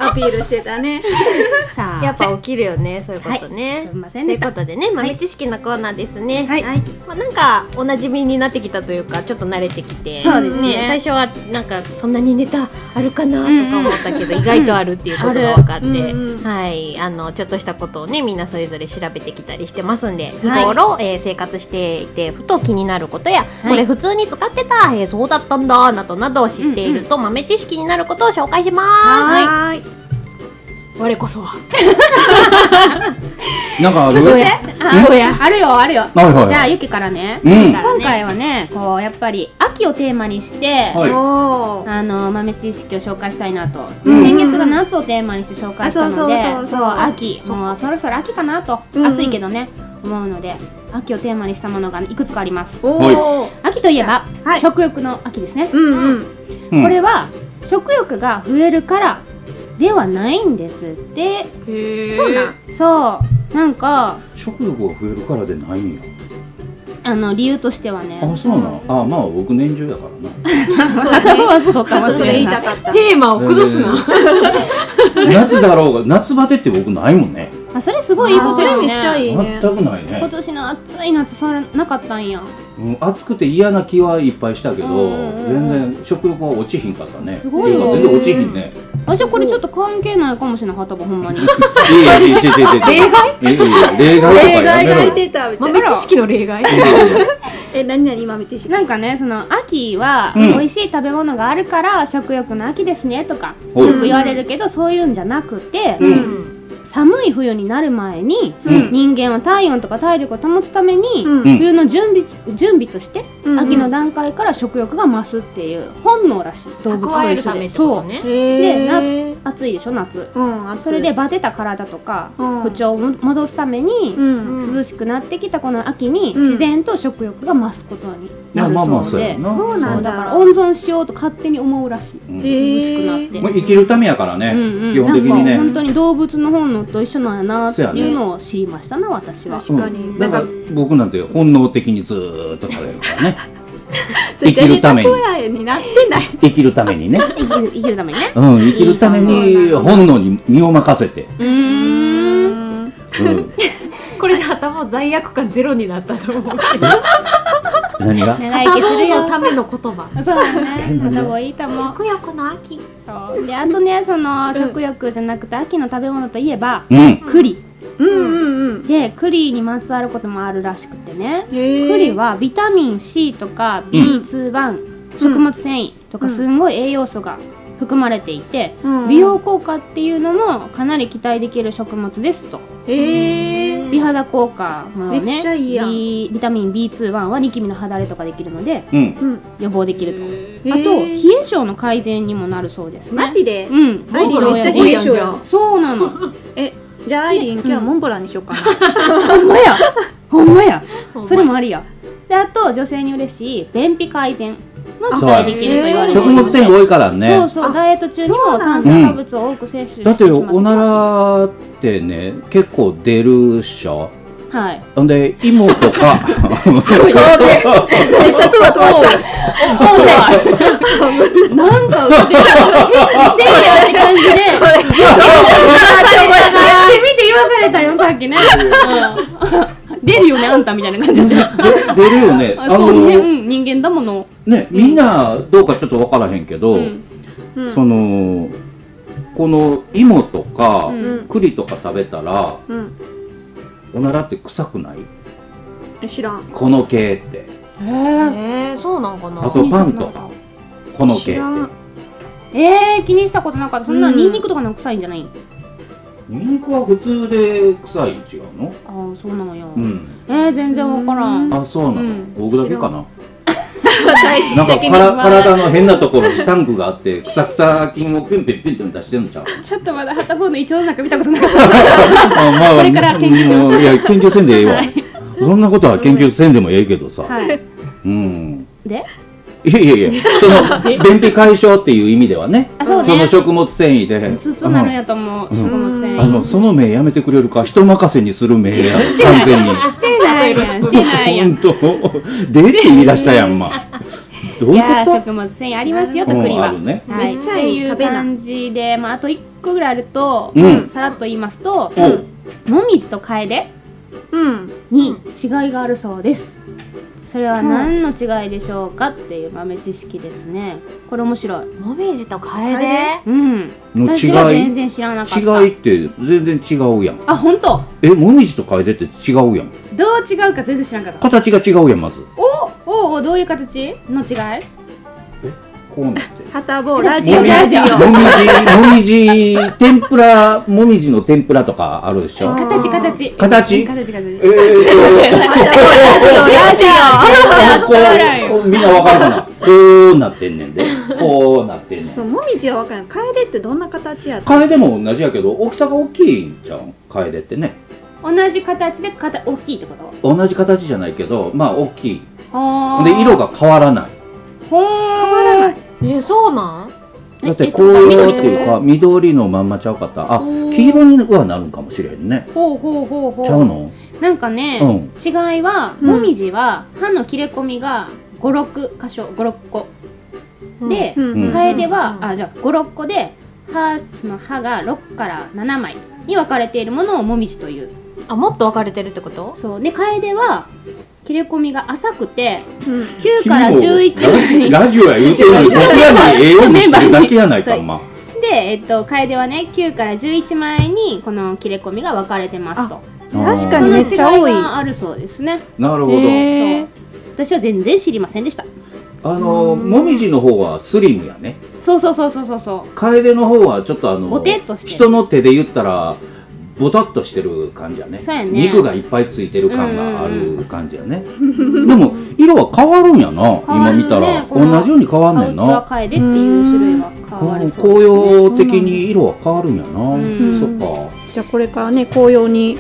Speaker 1: アピールしてたね。
Speaker 4: うな。さあ、
Speaker 5: やっぱ起きるよね、そういうことね。
Speaker 4: すいません
Speaker 5: と
Speaker 4: で
Speaker 5: い
Speaker 4: し
Speaker 5: う
Speaker 4: た
Speaker 5: こ。とでね、豆知識のコーナーですね。
Speaker 4: はい
Speaker 1: はい。
Speaker 5: まあ、なんかお馴染みになってきたというかちょっと慣れてきて
Speaker 4: そうですね
Speaker 5: 最初はなんかそんなにネタあるかなと
Speaker 4: うんうん
Speaker 5: か思ったけど、意外とあるっていうことが分かって、
Speaker 1: あるうんうん
Speaker 5: はい、あのちょっとしたことをねみんなそれぞれ調べてきたりしてますんで日
Speaker 4: はい
Speaker 5: 頃、えー生活していてふと気になることや、
Speaker 4: い
Speaker 5: これ普通に使ってた、えーそうだったんだなどなどを知っていると、豆知識になることを紹介します。
Speaker 4: はい
Speaker 1: い。
Speaker 5: 我こそは
Speaker 3: なんかある
Speaker 5: うや
Speaker 4: あ
Speaker 5: そうや
Speaker 4: あるよ、あるよ。
Speaker 3: はいはい
Speaker 4: じゃあ、ゆきからね。
Speaker 3: うん
Speaker 4: 今回はね、こう、やっぱり、秋をテーマにして、
Speaker 3: はい。
Speaker 1: おー。
Speaker 4: あの豆知識を紹介したいなと、
Speaker 3: うん
Speaker 4: 先月が夏をテーマにして紹介したので
Speaker 1: あそうそうそうそう
Speaker 4: 秋もうそろそろ秋かなと、
Speaker 1: うんうん
Speaker 4: 暑いけどね思うので秋をテーマにしたものがいくつかあります
Speaker 1: おー。
Speaker 4: 秋といえば、
Speaker 1: はい
Speaker 4: 食欲の秋ですね、
Speaker 1: うんうん。
Speaker 3: うん
Speaker 4: これは食欲が増えるからではないんですって
Speaker 1: そうなん。
Speaker 4: そうなんか
Speaker 3: 食欲が増えるからでないんや。
Speaker 4: あの理由としてはね
Speaker 3: あ、そうなの。あ、まあ僕年中やからな。 <laughs>
Speaker 4: <laughs> 片方はそうかもし
Speaker 1: それ言
Speaker 4: れ
Speaker 1: い
Speaker 4: な
Speaker 1: た
Speaker 4: い
Speaker 1: かった。
Speaker 5: テーマを崩すな、
Speaker 3: 夏だろうが夏バテって僕ないもんね
Speaker 4: あそれすごいいいことよね
Speaker 1: あそれめっちゃいいね
Speaker 3: 全くないね
Speaker 4: 今、年の暑い夏それなかったんや
Speaker 3: うん、暑くて嫌な気はいっぱいしたけど、
Speaker 4: うんうんうん
Speaker 3: 全然食欲は落ちひんかったね
Speaker 4: すごいよ
Speaker 3: てうか全然落ちひんね
Speaker 4: 私はこれちょっと関係ないかもしれない、はたぼほんまに。
Speaker 3: いやいやいやいやいやいやいやいや例外とか
Speaker 1: 例
Speaker 3: やめ
Speaker 1: 外
Speaker 3: ろ
Speaker 1: が
Speaker 3: よ
Speaker 1: 出てたみたい
Speaker 5: 豆
Speaker 1: な。
Speaker 5: 知識の例外
Speaker 1: え、何々今道識。
Speaker 4: なんかね、その秋は
Speaker 3: うん
Speaker 4: 美味しい食べ物があるから食欲の秋ですねとか、
Speaker 3: うん
Speaker 4: よく言われるけど、そういうんじゃなくて、
Speaker 3: うん
Speaker 4: 寒い冬になる前に、
Speaker 3: うん
Speaker 4: 人間は体温とか体力を保つために、
Speaker 1: うん
Speaker 3: うん
Speaker 4: 冬の準備準備として、
Speaker 1: うんうん
Speaker 4: 秋の段階から食欲が増すっていう本能らしい動物と
Speaker 5: 蓄える
Speaker 4: 一緒
Speaker 5: た
Speaker 4: で
Speaker 5: めってこと
Speaker 4: そう
Speaker 5: ね
Speaker 1: へ
Speaker 4: で
Speaker 1: え
Speaker 4: 暑いでしょ夏
Speaker 1: うん暑い
Speaker 4: それでバテた体とか、
Speaker 1: うん
Speaker 4: 不調をも戻すために、
Speaker 1: うん
Speaker 4: 涼しくなってきたこの秋に、
Speaker 1: うん
Speaker 4: 自然と食欲が増すことになる
Speaker 3: まあまあ
Speaker 4: そうで、
Speaker 3: まあ
Speaker 1: そうなんだ
Speaker 4: だから温存しようと勝手に思うらしい、
Speaker 3: うん
Speaker 4: 涼しくなって、
Speaker 3: もう生きるためやからね、基本的に
Speaker 4: なんか
Speaker 3: ね
Speaker 4: 本当に動物の本能と一緒なんやなっていうのを知りましたな、私は。
Speaker 1: 確かに、
Speaker 3: うんだ
Speaker 1: なん
Speaker 3: か
Speaker 1: から
Speaker 3: 僕なんて本能的にずーっと食べるからね
Speaker 1: そう
Speaker 3: 生きるために
Speaker 1: デルタコアになってない
Speaker 3: 生きるためにね、
Speaker 4: 生きる生きるため
Speaker 1: <laughs>
Speaker 4: にね。
Speaker 3: うん、生きるために本能に身を任せて、
Speaker 4: うーん。
Speaker 3: うん、
Speaker 5: これで頭罪悪感ゼロになったと思う
Speaker 3: 何が
Speaker 4: 長生きするよ。
Speaker 5: ための言葉
Speaker 4: そうだね。またもいいと思う。
Speaker 5: 食欲の秋
Speaker 4: そうであとねその食欲じゃなくて秋の食べ物といえば
Speaker 3: うん
Speaker 4: 栗
Speaker 1: うんうんうん
Speaker 4: で栗にまつわることもあるらしくてね。
Speaker 1: へー
Speaker 4: 栗はビタミン C とか B21、食物繊維とかすんごい栄養素が含まれていて、
Speaker 1: うん
Speaker 4: 美容効果っていうのもかなり期待できる食物ですと
Speaker 1: へえ
Speaker 4: 美肌効果もね
Speaker 1: めっちゃいいやん
Speaker 4: B ビタミン B21 はニキビの肌荒れとかできるので
Speaker 3: うん
Speaker 1: うん
Speaker 4: 予防できると、
Speaker 1: へー
Speaker 4: あと冷え性の改善にもなるそうですね
Speaker 1: マジで
Speaker 4: うん
Speaker 1: アイリ
Speaker 4: 僕
Speaker 1: ン
Speaker 4: の
Speaker 1: めっちゃ
Speaker 4: 親
Speaker 1: 冷
Speaker 4: 父
Speaker 1: え性やん
Speaker 4: そうなのほ
Speaker 1: えじゃあアイリン今日はモンブランにしようかな
Speaker 4: んまやほんまや
Speaker 5: ほんまや
Speaker 4: それもありやであと女性に嬉しい便秘改善も期待できると言われている
Speaker 3: 食
Speaker 4: の
Speaker 3: 物
Speaker 4: で
Speaker 3: 繊維多いから
Speaker 4: そう
Speaker 3: ね
Speaker 4: そうダイエット中にも炭水化物を多く摂取してしま
Speaker 3: だ
Speaker 4: っ
Speaker 3: って
Speaker 4: て
Speaker 3: おならってね結構出るっしょ
Speaker 4: はい
Speaker 3: ほんで芋とか
Speaker 1: めっちゃつば飛ばした
Speaker 4: そうだ。なんか、だってさ、せいやって感じで。って見て言わされたよ、さっきね。うん出るよね、あんたみたいな感じで。
Speaker 3: で出るよね
Speaker 4: あ
Speaker 3: あ
Speaker 4: そうね、う
Speaker 3: の
Speaker 4: ん、人間だもの。
Speaker 3: ねみんなどうかちょっとわからへんけど、
Speaker 4: うん
Speaker 1: うん
Speaker 3: そのこの芋とか、
Speaker 4: うん
Speaker 3: 栗とか食べたら
Speaker 1: うん
Speaker 3: おならって臭くない
Speaker 1: え知らん
Speaker 3: この系って
Speaker 5: えー、そうなんかな
Speaker 3: あとパンとかこの系
Speaker 1: 知
Speaker 3: って
Speaker 1: らん
Speaker 4: えー、気にしたことなかった。そんな、
Speaker 1: うん
Speaker 4: ニンニクとかの臭いんじゃない
Speaker 3: ニンニクは普通で臭いん違うの
Speaker 4: ああ、そうなのよ
Speaker 3: う。ん
Speaker 4: えー、全然わからん。
Speaker 3: あそうな
Speaker 4: う
Speaker 3: の
Speaker 4: ん
Speaker 3: 僕だけかな
Speaker 1: 体質
Speaker 3: なんか
Speaker 1: 的に
Speaker 3: から体の変なところにタンクがあってクサクサ菌をピュンピュンピュンって出してるんちゃう
Speaker 4: ちょっとまだ片方の胃腸なんか見たことなかっ
Speaker 3: あまあ
Speaker 4: これから研究します
Speaker 3: もういや研究せんでええわそんなことは研究せんでもええけどさ、
Speaker 4: た。はい。
Speaker 3: うん
Speaker 4: で
Speaker 3: いやいやいやその便秘解消っていう意味ではね
Speaker 4: あ、そう
Speaker 3: その
Speaker 4: ね。
Speaker 3: 食物繊維で
Speaker 4: つつなるんやと思う。
Speaker 3: うん
Speaker 4: 食物繊維
Speaker 3: うんあのその目やめてくれるか人任せにする目や
Speaker 4: てない
Speaker 3: 完全に
Speaker 4: してないやん、してないやん。
Speaker 3: 本当でって言い出したやんまどう
Speaker 4: い
Speaker 3: いう
Speaker 4: やー
Speaker 3: こ
Speaker 4: 食物繊維ありますよと
Speaker 3: と
Speaker 4: 栗
Speaker 3: うんあ
Speaker 4: は
Speaker 3: る。ね
Speaker 4: はい、
Speaker 1: めっちゃいい
Speaker 4: っていう感じで、まあ、あと1個ぐらいあると、
Speaker 3: うん
Speaker 4: さらっと言いますと
Speaker 3: おう
Speaker 4: もみじとカエデ
Speaker 1: うん
Speaker 4: に違いがあるそうですそれは何の違いでしょうかっていう豆知識ですねこれ面白い
Speaker 5: もみじとカエ
Speaker 1: カエ
Speaker 5: デ
Speaker 4: うん
Speaker 3: の
Speaker 4: 私は
Speaker 3: 違い
Speaker 4: 全然知らなかっ
Speaker 3: 違
Speaker 4: た
Speaker 3: いって全然違うやん
Speaker 4: あ本当
Speaker 3: えもみじと楓って違うやん
Speaker 4: どう違うか全然知らなかった
Speaker 3: 形が違うやんまず
Speaker 4: おおおどういう形の違い
Speaker 3: こうなって
Speaker 1: 旗棒ラジ
Speaker 4: 違
Speaker 1: オ
Speaker 4: う違う違う
Speaker 3: もみじもみじもみじ天ぷらもみじの天ぷらとかあるでしょ
Speaker 1: あー
Speaker 4: 形形
Speaker 3: 形
Speaker 4: 形形
Speaker 3: えーと
Speaker 1: ラジ
Speaker 3: こうこうみんなわかるかなこうなってんねんでこうなってんね
Speaker 1: オそうんもみじはわかんない楓ってどんな形やった
Speaker 3: 楓も同じやけど大きさが大きいんじゃん楓ってね
Speaker 4: 同じ形で形大きいってこと
Speaker 3: 同じ形じゃないけどまあ大きい
Speaker 4: あー
Speaker 3: で色が変わらない
Speaker 4: ほー
Speaker 5: えー、そうなん
Speaker 3: だって紅葉っていう
Speaker 4: ええ
Speaker 3: か緑のまんまちゃうかったあ
Speaker 4: おー
Speaker 3: 黄色にはなるんかもしれんね
Speaker 4: ほうほうほうほう
Speaker 3: ちゃうの
Speaker 4: なんかね、
Speaker 3: うん
Speaker 4: 違いは
Speaker 1: うん
Speaker 4: もみじは歯の切れ込みが56箇所56個で、
Speaker 1: うんうんうん
Speaker 4: カエデは、
Speaker 5: うん
Speaker 4: あじゃあ56個で歯その歯が6から7枚に分かれているものをもみじという
Speaker 5: あもっと分かれてるってこと
Speaker 4: そうでカエデは切れ込みが浅くて
Speaker 1: うん
Speaker 4: 9から11枚
Speaker 3: 君もラジオラジオや言うてない僕らにええようにしてるだけやない
Speaker 4: <laughs>
Speaker 3: か
Speaker 4: そう
Speaker 3: まあ
Speaker 4: で、えっと、カエデはね9から11枚にこの切れ込みが分かれてますと
Speaker 1: 確か
Speaker 4: その
Speaker 1: にめ
Speaker 4: 違
Speaker 1: っ
Speaker 4: い
Speaker 1: ちゃ多い
Speaker 4: があるそうですね
Speaker 3: なるほど
Speaker 1: へー
Speaker 4: 私は全然知りませんでした
Speaker 3: あのもみじの方はスリムやね
Speaker 4: そうそうそうそうそうそう
Speaker 3: 楓の方はちょっとあの
Speaker 4: ぼてっとしてる
Speaker 3: 人の手で言ったらボタッとしてる感じやね
Speaker 4: そうやね
Speaker 3: 肉がいっぱいついてる感がある感じやね、 <laughs> でも色は変わるんやな、
Speaker 4: 変わ
Speaker 3: 今
Speaker 4: るね
Speaker 3: 見たら
Speaker 4: この
Speaker 3: 同じように変わん
Speaker 4: 葉
Speaker 3: ね
Speaker 4: 打
Speaker 3: ん
Speaker 4: ちは
Speaker 3: な
Speaker 4: 楓っていう種類が変わるそう
Speaker 3: 紅
Speaker 4: です、ね、
Speaker 3: 葉的に色は変わるんやな、
Speaker 4: ん
Speaker 3: そっか
Speaker 1: じゃあこれからね紅葉に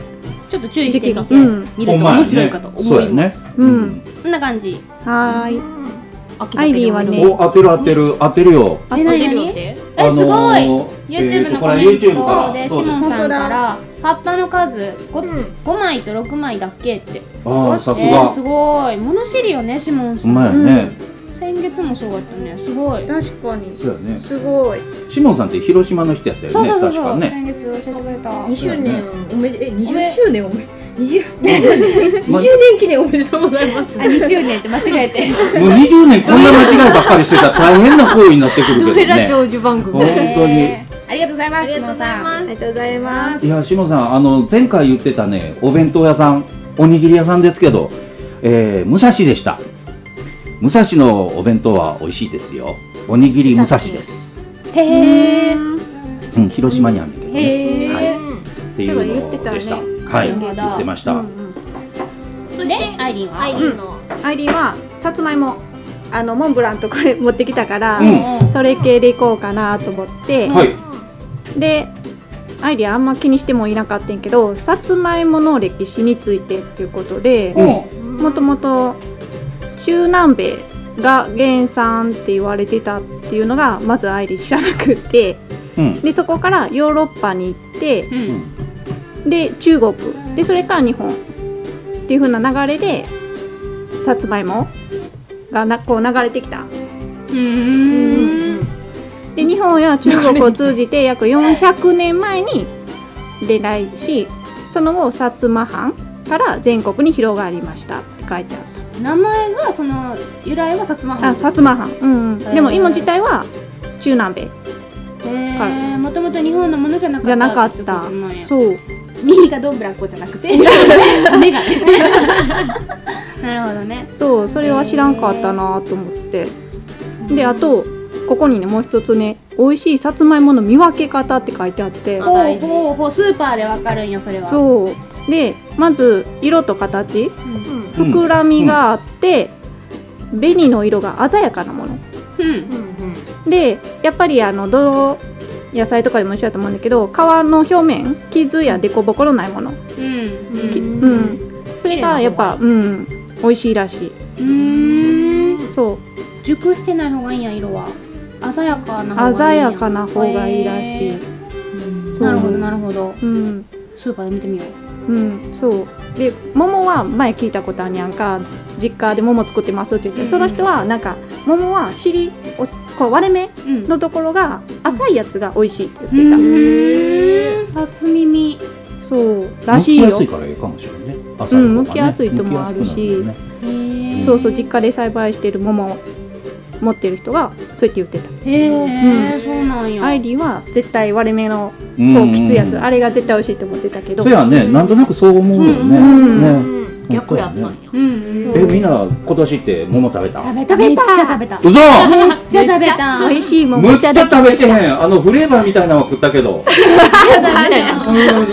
Speaker 4: ちょっと注意してみて、
Speaker 1: うん
Speaker 4: 見ると面白いかと思います、
Speaker 3: ほんまやね
Speaker 4: こんな感じ
Speaker 1: はーい
Speaker 5: ア
Speaker 1: アイリーは
Speaker 3: そう
Speaker 1: ね
Speaker 3: やねお当てる当てる当てるよ
Speaker 1: あ
Speaker 4: え
Speaker 1: こ
Speaker 4: 何
Speaker 1: れ
Speaker 4: 何
Speaker 1: よ
Speaker 4: え
Speaker 3: あの
Speaker 4: す
Speaker 3: ー
Speaker 4: ごい、
Speaker 3: えー
Speaker 4: YouTube の
Speaker 3: とこ
Speaker 4: コ
Speaker 3: れは
Speaker 4: メン
Speaker 3: YouTube
Speaker 4: トで
Speaker 3: ら
Speaker 4: シ
Speaker 3: そ
Speaker 4: モ
Speaker 3: うで
Speaker 4: ン
Speaker 3: す
Speaker 4: さんから葉っぱの数 5, 五枚と6枚だっけって
Speaker 3: ああさす
Speaker 4: えー、
Speaker 3: が
Speaker 4: すごい物知りよねシモンさ
Speaker 3: ほ
Speaker 4: ん、
Speaker 3: んまやね、
Speaker 4: 先月もそうだったねすごい
Speaker 1: 確かに
Speaker 3: そうやね
Speaker 1: すごい
Speaker 3: シモンさんって広島の人やったよね
Speaker 4: そうそうそうそう、
Speaker 3: 確かね
Speaker 4: 先月教えてくれた
Speaker 7: 2周年おめでえ20
Speaker 4: め
Speaker 7: 周年おめ20 20
Speaker 3: ま
Speaker 7: 年記念おめでとうございます。
Speaker 4: あ2周年って間違えて
Speaker 3: もう20年こんな間違いばっかりしてたら大変な行為になってくるけど
Speaker 5: ドエラ
Speaker 3: ね。
Speaker 5: 長寿番組
Speaker 3: 本当
Speaker 4: え
Speaker 3: に。
Speaker 4: ーありがとうございますシモンさん
Speaker 7: ありがとうございま
Speaker 3: いや、しもさん、あの、前回言ってたね、お弁当屋さん、おにぎり屋さんですけど、えー、武蔵でした。武蔵のお弁当は美味しいですよ。おにぎり武蔵です。
Speaker 4: へえ
Speaker 3: うん、広島にあるんだけどね。
Speaker 4: へ
Speaker 3: は
Speaker 4: え
Speaker 3: い。っていうのでした。
Speaker 7: そう
Speaker 3: はい、
Speaker 4: なるほど
Speaker 3: 言ってました。
Speaker 5: そして
Speaker 4: アイリンは
Speaker 5: アイリーの
Speaker 1: アイリーはさつまいもあのモンブランとこれ持ってきたから、
Speaker 3: うん
Speaker 1: それ系でいこうかなと思って、
Speaker 3: はい。
Speaker 1: でアイリーあんま気にしてもいなかったんやけどさつまいもの歴史についてっていうことで
Speaker 3: うん。
Speaker 1: もともと中南米が原産って言われてたっていうのがまずアイリー知らなくて
Speaker 3: うん。
Speaker 1: でそこからヨーロッパに行って
Speaker 4: うん
Speaker 1: で中国でそれから日本っていう風な流れでさつまいもがなこう流れてきた
Speaker 4: うーん
Speaker 1: で日本や中国を通じて約400年前に伝来しその後薩摩藩から全国に広がりましたって書いてある
Speaker 4: 名前がその由来は薩摩
Speaker 1: あ
Speaker 4: 藩
Speaker 1: 薩摩藩うん、うん、でも今自体は中南米
Speaker 4: へえもともと日本のものじゃなかった
Speaker 1: じゃなかってた
Speaker 4: ことなんや
Speaker 1: そう
Speaker 4: 右がどんぶらこじゃなくて <laughs> 目がねなるほどね
Speaker 1: そうそれは知らんかったなと思ってであとここにねもう一つね美味しいさつまいもの見分け方って書いてあって
Speaker 5: あ
Speaker 4: ほう
Speaker 5: 大事
Speaker 4: ほうほうスーパーでわかるんよそれはう
Speaker 1: そうでまず色と形
Speaker 3: う
Speaker 1: 膨
Speaker 3: ん。
Speaker 1: らみがあって、紅の色が鮮やかなもの
Speaker 4: うん
Speaker 1: でやっぱりあのどの野菜とかでも一緒だと思うんだけど皮の表面傷や凸凹のないもの
Speaker 4: うんう
Speaker 1: き
Speaker 4: ん
Speaker 1: うん、それがやっぱうん美味しいらしいう
Speaker 4: ーん
Speaker 1: そう
Speaker 4: 熟してない方がいいんや色は鮮やかな方がい
Speaker 1: 鮮
Speaker 4: いんや
Speaker 1: やかな方がいいらしい、
Speaker 4: へー
Speaker 1: そう
Speaker 4: なるほどなるほど
Speaker 1: うん
Speaker 4: スーパーで見てみよう
Speaker 1: うんそうで桃は前聞いたことあんやんか実家で桃作ってますって言って、
Speaker 4: うん
Speaker 1: その人はなんか桃は尻おこう割れ目
Speaker 4: うん
Speaker 1: のところが浅いやつが美味しいって
Speaker 4: う
Speaker 1: 言っ
Speaker 4: ー
Speaker 1: て
Speaker 4: ん初耳
Speaker 1: た、そうら
Speaker 3: 剥
Speaker 1: しい
Speaker 3: きや
Speaker 1: よ
Speaker 3: すいからいいかもしれないね。朝の方がね
Speaker 1: 剥きやすいともあるし
Speaker 3: 剥きやすくなるね
Speaker 4: へえ
Speaker 1: そうそう実家で栽培してる桃を持ってる人がそうやって言って
Speaker 4: へえ、そうなん
Speaker 1: たアイ
Speaker 4: や。
Speaker 1: リーは絶対割れ目の
Speaker 3: うん
Speaker 1: こうきついやつあれが絶対美味しいと思ってたけど
Speaker 3: そうやね、なんとなくそう思うよね。
Speaker 1: うん
Speaker 3: ね
Speaker 5: 逆やったんや
Speaker 4: うん、
Speaker 3: え、みんな今年って桃食べた
Speaker 4: 食べ
Speaker 1: た
Speaker 4: た
Speaker 1: め
Speaker 4: め
Speaker 1: っ
Speaker 4: っ
Speaker 1: ち
Speaker 4: ち
Speaker 1: ゃ
Speaker 4: ゃ
Speaker 1: 食
Speaker 4: 食べた。
Speaker 3: う
Speaker 4: めっ
Speaker 3: そ
Speaker 4: ちゃ食べた。
Speaker 1: 美味しい桃
Speaker 3: むっちゃ食べてへんあのフレーバーみたいなのは食ったけどうん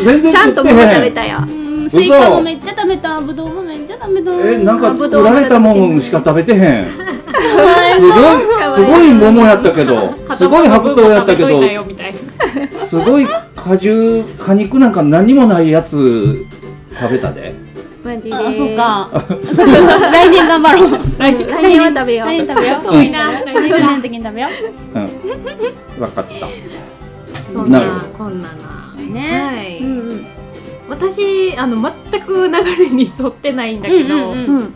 Speaker 3: 全然
Speaker 1: ちゃん
Speaker 3: 食
Speaker 1: と
Speaker 3: って
Speaker 1: 桃食
Speaker 3: へ
Speaker 1: べ
Speaker 3: ん
Speaker 1: たよ
Speaker 4: うん、スイカもめっちゃ食べた、ぶどうもめっちゃ食べた。
Speaker 3: えなんか
Speaker 1: ぶ
Speaker 3: 作
Speaker 1: どう
Speaker 3: られたもんしか食べてへんすごいすごい桃やったけどすごい白桃やったけど
Speaker 5: <laughs>
Speaker 3: すごい果汁果肉なんか何もないやつ食べたで
Speaker 1: マジで
Speaker 4: あ、そっか。そう来年頑張ろう。
Speaker 1: 来年は食べよう
Speaker 4: 来年食べよう。
Speaker 7: 遠いな
Speaker 4: 30年の時に食べよ
Speaker 3: うん分かった
Speaker 7: そ
Speaker 3: んななるほ
Speaker 7: こんなな。
Speaker 4: う。ね。
Speaker 7: い
Speaker 1: うんうん
Speaker 7: 私あの全く流れに沿ってないんだ
Speaker 4: う
Speaker 7: け
Speaker 4: ん
Speaker 7: ど、
Speaker 4: うんうん。
Speaker 1: うん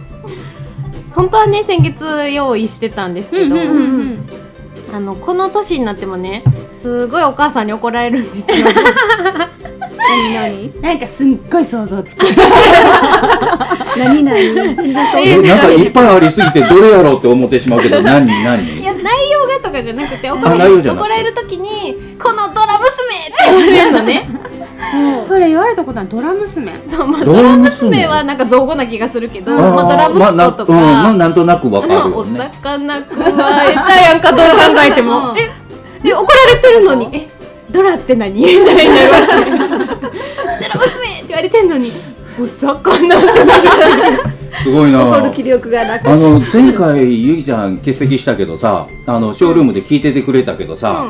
Speaker 5: 本当はね先月用意してたんですけど、
Speaker 4: うんうんうん
Speaker 5: あのこの年になってもねすごいお母さんに怒られるん
Speaker 4: <laughs>
Speaker 5: ですよ
Speaker 1: 何何
Speaker 4: うん。なんかすっごい想像つく。
Speaker 1: <laughs> 何何全然そう
Speaker 5: え
Speaker 1: いう
Speaker 5: ー
Speaker 3: なんかいっぱいありすぎてどれやろうって思ってしまうけど何
Speaker 5: い
Speaker 3: 何
Speaker 5: や内容がとかじゃなくて怒
Speaker 3: あ
Speaker 5: ら
Speaker 3: 内
Speaker 5: れ
Speaker 3: 容じゃなく
Speaker 5: 怒
Speaker 3: て
Speaker 5: られる時に「このドラ娘!」って言われるのね
Speaker 4: それ言われたことはドラ娘。
Speaker 5: そう、まあ、
Speaker 3: ド
Speaker 5: ド
Speaker 3: ラ
Speaker 5: ラ
Speaker 3: 娘
Speaker 5: 娘はなんか造語な気がするけど、
Speaker 3: あ
Speaker 5: まあ、ドラ
Speaker 3: ーまあな
Speaker 5: 息子とか、
Speaker 3: うんまあなんとなく分
Speaker 5: あ
Speaker 3: かる
Speaker 5: の
Speaker 3: よ
Speaker 5: お
Speaker 3: ね
Speaker 5: 魚くわえたやんかどう考えてもええ怒られてるのに「えドラって何?」みたいな言われて
Speaker 7: お魚だ
Speaker 3: すごいな
Speaker 1: 怒る気力がなく
Speaker 3: あの前回ゆいちゃん欠席したけどさあのショールームで聞いててくれたけどさ、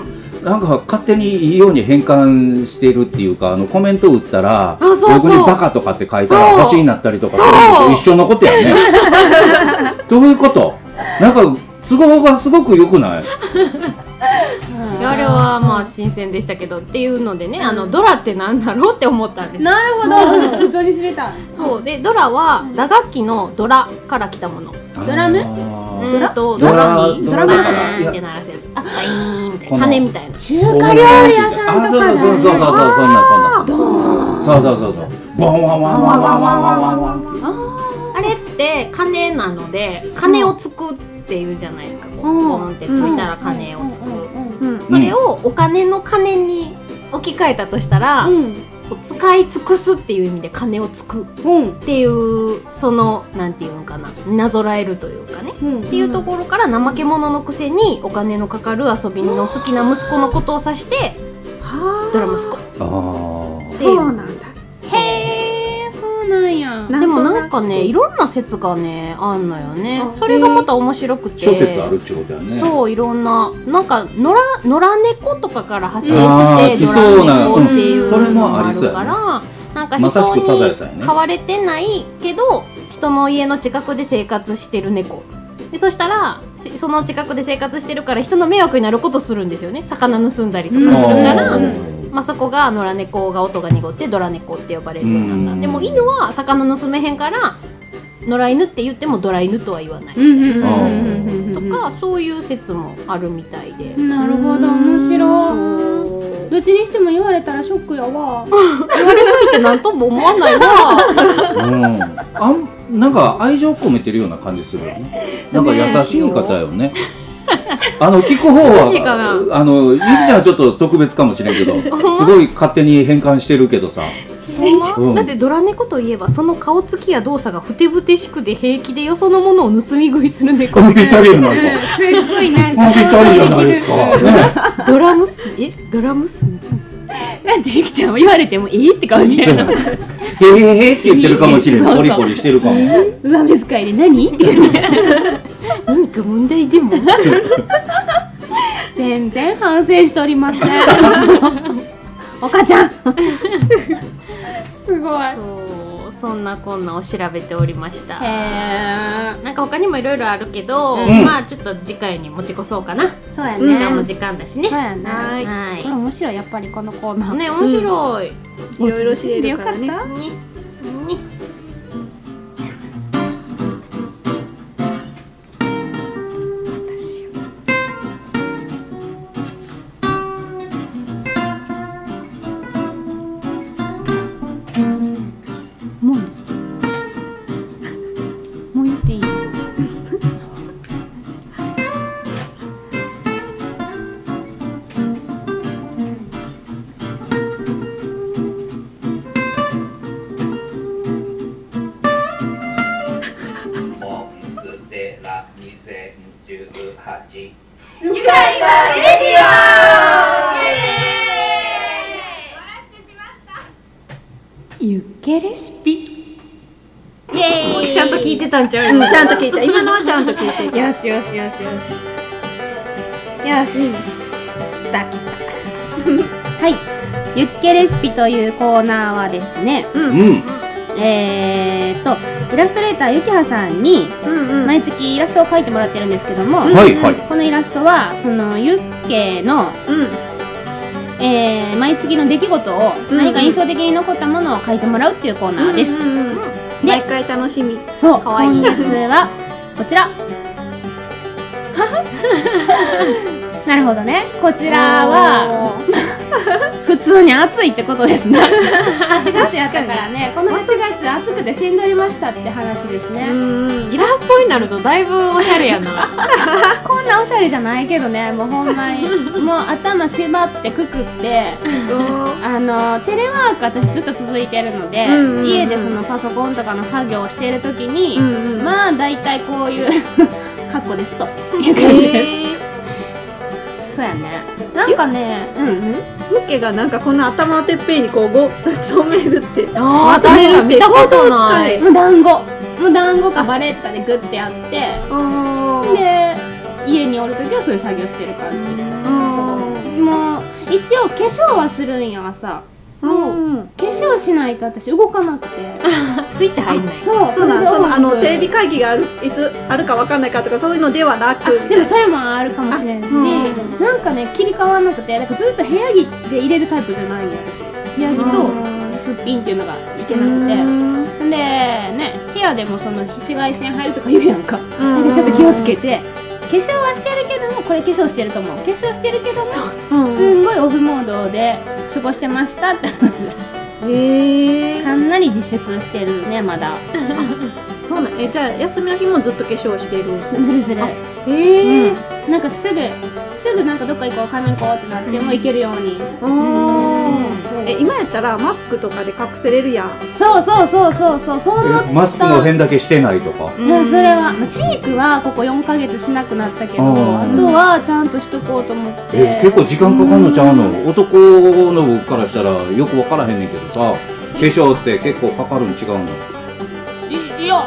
Speaker 3: なんか勝手にいいように変換してるっていうかあのコメント打ったら
Speaker 7: そうそう
Speaker 3: 僕に「バカ」とかって書いたら
Speaker 7: そう
Speaker 3: 星になったりとかするのと一緒のことやねどういうことなんか都合がすごく良くない
Speaker 7: あれはまあ新鮮でしたけどっていうのでね、あのドラってなんだろうって思ったんです
Speaker 4: なるほど普通にすれた
Speaker 7: そうでドラは打楽器のドラから来たもの
Speaker 4: ドラム
Speaker 3: あー
Speaker 7: うんと
Speaker 3: ドラ
Speaker 7: に
Speaker 3: ド
Speaker 7: ド
Speaker 3: ラム
Speaker 7: ラム
Speaker 3: だか
Speaker 7: だからら
Speaker 3: いや
Speaker 7: って鳴らすやつあバイーンみたい
Speaker 3: この
Speaker 7: な鐘みたいな
Speaker 4: 中華料理屋さんとか
Speaker 3: あそうそうそう
Speaker 4: だね
Speaker 3: そうそうそんなそんなそうそうそうそうボンワンワンワンワンワンワンワンワンって
Speaker 7: あれって鐘なので鐘をつくっていうじゃないですか、こうボーンってついたら鐘をつく、
Speaker 1: うん
Speaker 7: それをお金の鐘に置き換えたとしたら、こう使い尽くすっていう意味で鐘をつくっていうそのなんていうのかななぞらえるというかね、っていうところから怠け者のくせにお金のかかる遊びの好きな息子のことを指してドラ息子っ
Speaker 3: あー
Speaker 7: ていう
Speaker 1: なんだ
Speaker 4: へえそうなんや
Speaker 7: でもなんかねいろんな説がねあんのよねそれがまた面白くて
Speaker 3: 諸説あるっちゅうことやね
Speaker 7: そういろんななんか野良野良猫とかから派
Speaker 3: あー
Speaker 7: 生して
Speaker 3: 来
Speaker 7: 野
Speaker 3: そうな
Speaker 7: 良猫っていう
Speaker 3: それ
Speaker 7: の
Speaker 3: も
Speaker 7: も
Speaker 3: あ
Speaker 7: あ
Speaker 3: り
Speaker 7: る
Speaker 3: そうやね
Speaker 7: から、なんか
Speaker 3: まさし
Speaker 7: 人
Speaker 3: くサザエ
Speaker 7: に
Speaker 3: さんやね
Speaker 7: 飼われてないけど人の家の近くで生活してる猫でそしたらせその近くで生活してるから人の迷惑になることするんですよね魚盗んだりとかするから、
Speaker 3: うん
Speaker 7: まあ、そこが野良猫が音が濁ってドラ猫って呼ばれるようになっ
Speaker 3: うん
Speaker 7: たでも犬は魚盗めへんから野良犬って言ってもドラ犬とは言わない、
Speaker 4: うんうんうん
Speaker 3: あ
Speaker 4: うんう
Speaker 7: と
Speaker 4: ん
Speaker 7: か、そういう説もあるみたいで
Speaker 4: う。んなるほど面白いどっちにしても言われたらショックやわ
Speaker 7: 言われすぎて何とも思わないな。
Speaker 3: うんあんなんか愛情込めてるような感じするよね。なんか優しい方よ
Speaker 7: <laughs>
Speaker 3: ね。あの聞く方
Speaker 7: 優しいか
Speaker 3: はあのゆきちゃんはちょっと特別かもしれんけど、すごい勝手に変換してるけど
Speaker 7: <laughs>
Speaker 3: さ。うん
Speaker 7: だってドラ猫といえばその顔つきや動作がふてぶてしくで平気でよそのものを盗み食いする猫 <laughs>
Speaker 3: コンピタリアなん
Speaker 4: うん
Speaker 3: か。
Speaker 4: すっごいなん
Speaker 3: コン
Speaker 4: か
Speaker 3: ピタリアないですか。
Speaker 4: うん
Speaker 3: ね。
Speaker 7: ドラ娘えドラ娘
Speaker 4: だってゆきちゃんも言われてもいいって顔して
Speaker 3: そう
Speaker 4: る
Speaker 3: やねへーへーへーって言ってるかもしれん。
Speaker 4: そうそ
Speaker 3: ポ
Speaker 4: う
Speaker 3: リポリしてるかも。
Speaker 4: 上目遣いで何って
Speaker 3: <laughs>
Speaker 4: いうね
Speaker 7: 何か問題でも
Speaker 4: 全然反省しており
Speaker 3: <laughs>
Speaker 4: ませんお母ちゃんすごい
Speaker 7: そうそんなこんなを調べておりました
Speaker 4: へえ
Speaker 7: なんか他にもいろいろあるけど、
Speaker 3: ん
Speaker 7: まあちょっと次回に持ち越そうかな、
Speaker 4: そうやね
Speaker 7: 時間も時間だしね
Speaker 4: そうやな
Speaker 7: はい
Speaker 4: これ面白いやっぱりこのコーナー
Speaker 7: ね面白い、
Speaker 1: いろいろ知れるからね
Speaker 4: よかっ
Speaker 7: にに
Speaker 4: もう言っていい
Speaker 6: モンステラ2018
Speaker 4: ユッケレシピ
Speaker 7: ちゃんと聞いてたんちゃう、
Speaker 1: うんちゃんと聞いた今のはちゃんと聞いた
Speaker 4: よしよしよしよしよし、来た来たはいユッケレシピというコーナーはですね
Speaker 3: うん。
Speaker 4: えー、とイラストレーターゆきはさんに
Speaker 1: うんうん
Speaker 4: 毎月イラストを描いてもらってるんですけども、
Speaker 3: はいはい。
Speaker 4: このイラストはそのユッケの、えー毎月の出来事を
Speaker 1: うん
Speaker 4: 何か印象的に残ったものを描いてもらうっていうコーナーです、
Speaker 1: うんうんうん
Speaker 4: で
Speaker 1: 毎回楽しみ
Speaker 4: そう
Speaker 7: かわいい
Speaker 4: 今月はこちら <laughs> なるほどねこちらは普通に暑いってことです
Speaker 1: <laughs>
Speaker 4: ね8月やったからねこの8月暑くてしんどりましたって話ですね、
Speaker 7: イラストになるとだいぶおしゃれやな
Speaker 4: こんなおしゃれじゃないけどねもうほんまにもう頭縛ってくくってあのテレワーク私ずっと続いてるので、
Speaker 1: うんうんうん
Speaker 4: 家でそのパソコンとかの作業をしてる時に、
Speaker 1: うんうん
Speaker 4: まあ大体こういう <laughs> 格好ですという感じです、そうやねなんかねうん
Speaker 1: ムケがなんかこんな頭のてっぺんにこうご <laughs> 染めるって
Speaker 7: あ
Speaker 1: ー誰が見たこと
Speaker 7: な
Speaker 1: ない
Speaker 7: もう団子もう団子かバレッタでグッてやって
Speaker 1: あ
Speaker 4: で家におる時はそういう作業してる感じそうもう一応化粧はするんや朝もう
Speaker 1: うん
Speaker 4: 化粧しないと私動かなくて
Speaker 7: スイッチ入んない
Speaker 4: そう
Speaker 1: そうなん
Speaker 4: れで
Speaker 1: そのあの
Speaker 4: 音楽
Speaker 1: テレビ会議があるいつあるかわかんないかとかそういうのではなく
Speaker 4: あでもそれもあるかもしれんし、
Speaker 1: あうん
Speaker 4: なんかね切り替わらなくてなんかずっと部屋着で入れるタイプじゃないんや私部屋着とすっぴんっていうのがいけなくて、ん、でね部屋でもその紫外線入るとか言うやんかなんかちょっと気をつけて化粧はしてるけどもこれ化粧してると思う化粧してるけどもすんごいオフモードで過ごしてましたって話
Speaker 1: へえ
Speaker 4: かなり自粛してるねまだ
Speaker 1: そうなんえじゃあ休みの日もずっと化粧している
Speaker 4: するする
Speaker 1: へえ
Speaker 4: うん、なんかすぐすぐなんかどっか行こう買い物行こうってなって、もう行けるようにうん
Speaker 1: え今やったらマスクとかで隠せれるやん
Speaker 4: そうそうそうそうそうそう思った
Speaker 3: マスクの辺だけしてないとか。
Speaker 4: いやそれは、まあ、チークはここ4ヶ月しなくなったけど
Speaker 3: あ
Speaker 4: あ
Speaker 3: ー
Speaker 4: とはちゃんとしとこうと思って
Speaker 3: え結構時間かかんのちゃうの男の僕からしたらよく分からへんねんけどさ化粧って結構かかるん違う <laughs> の
Speaker 4: いいや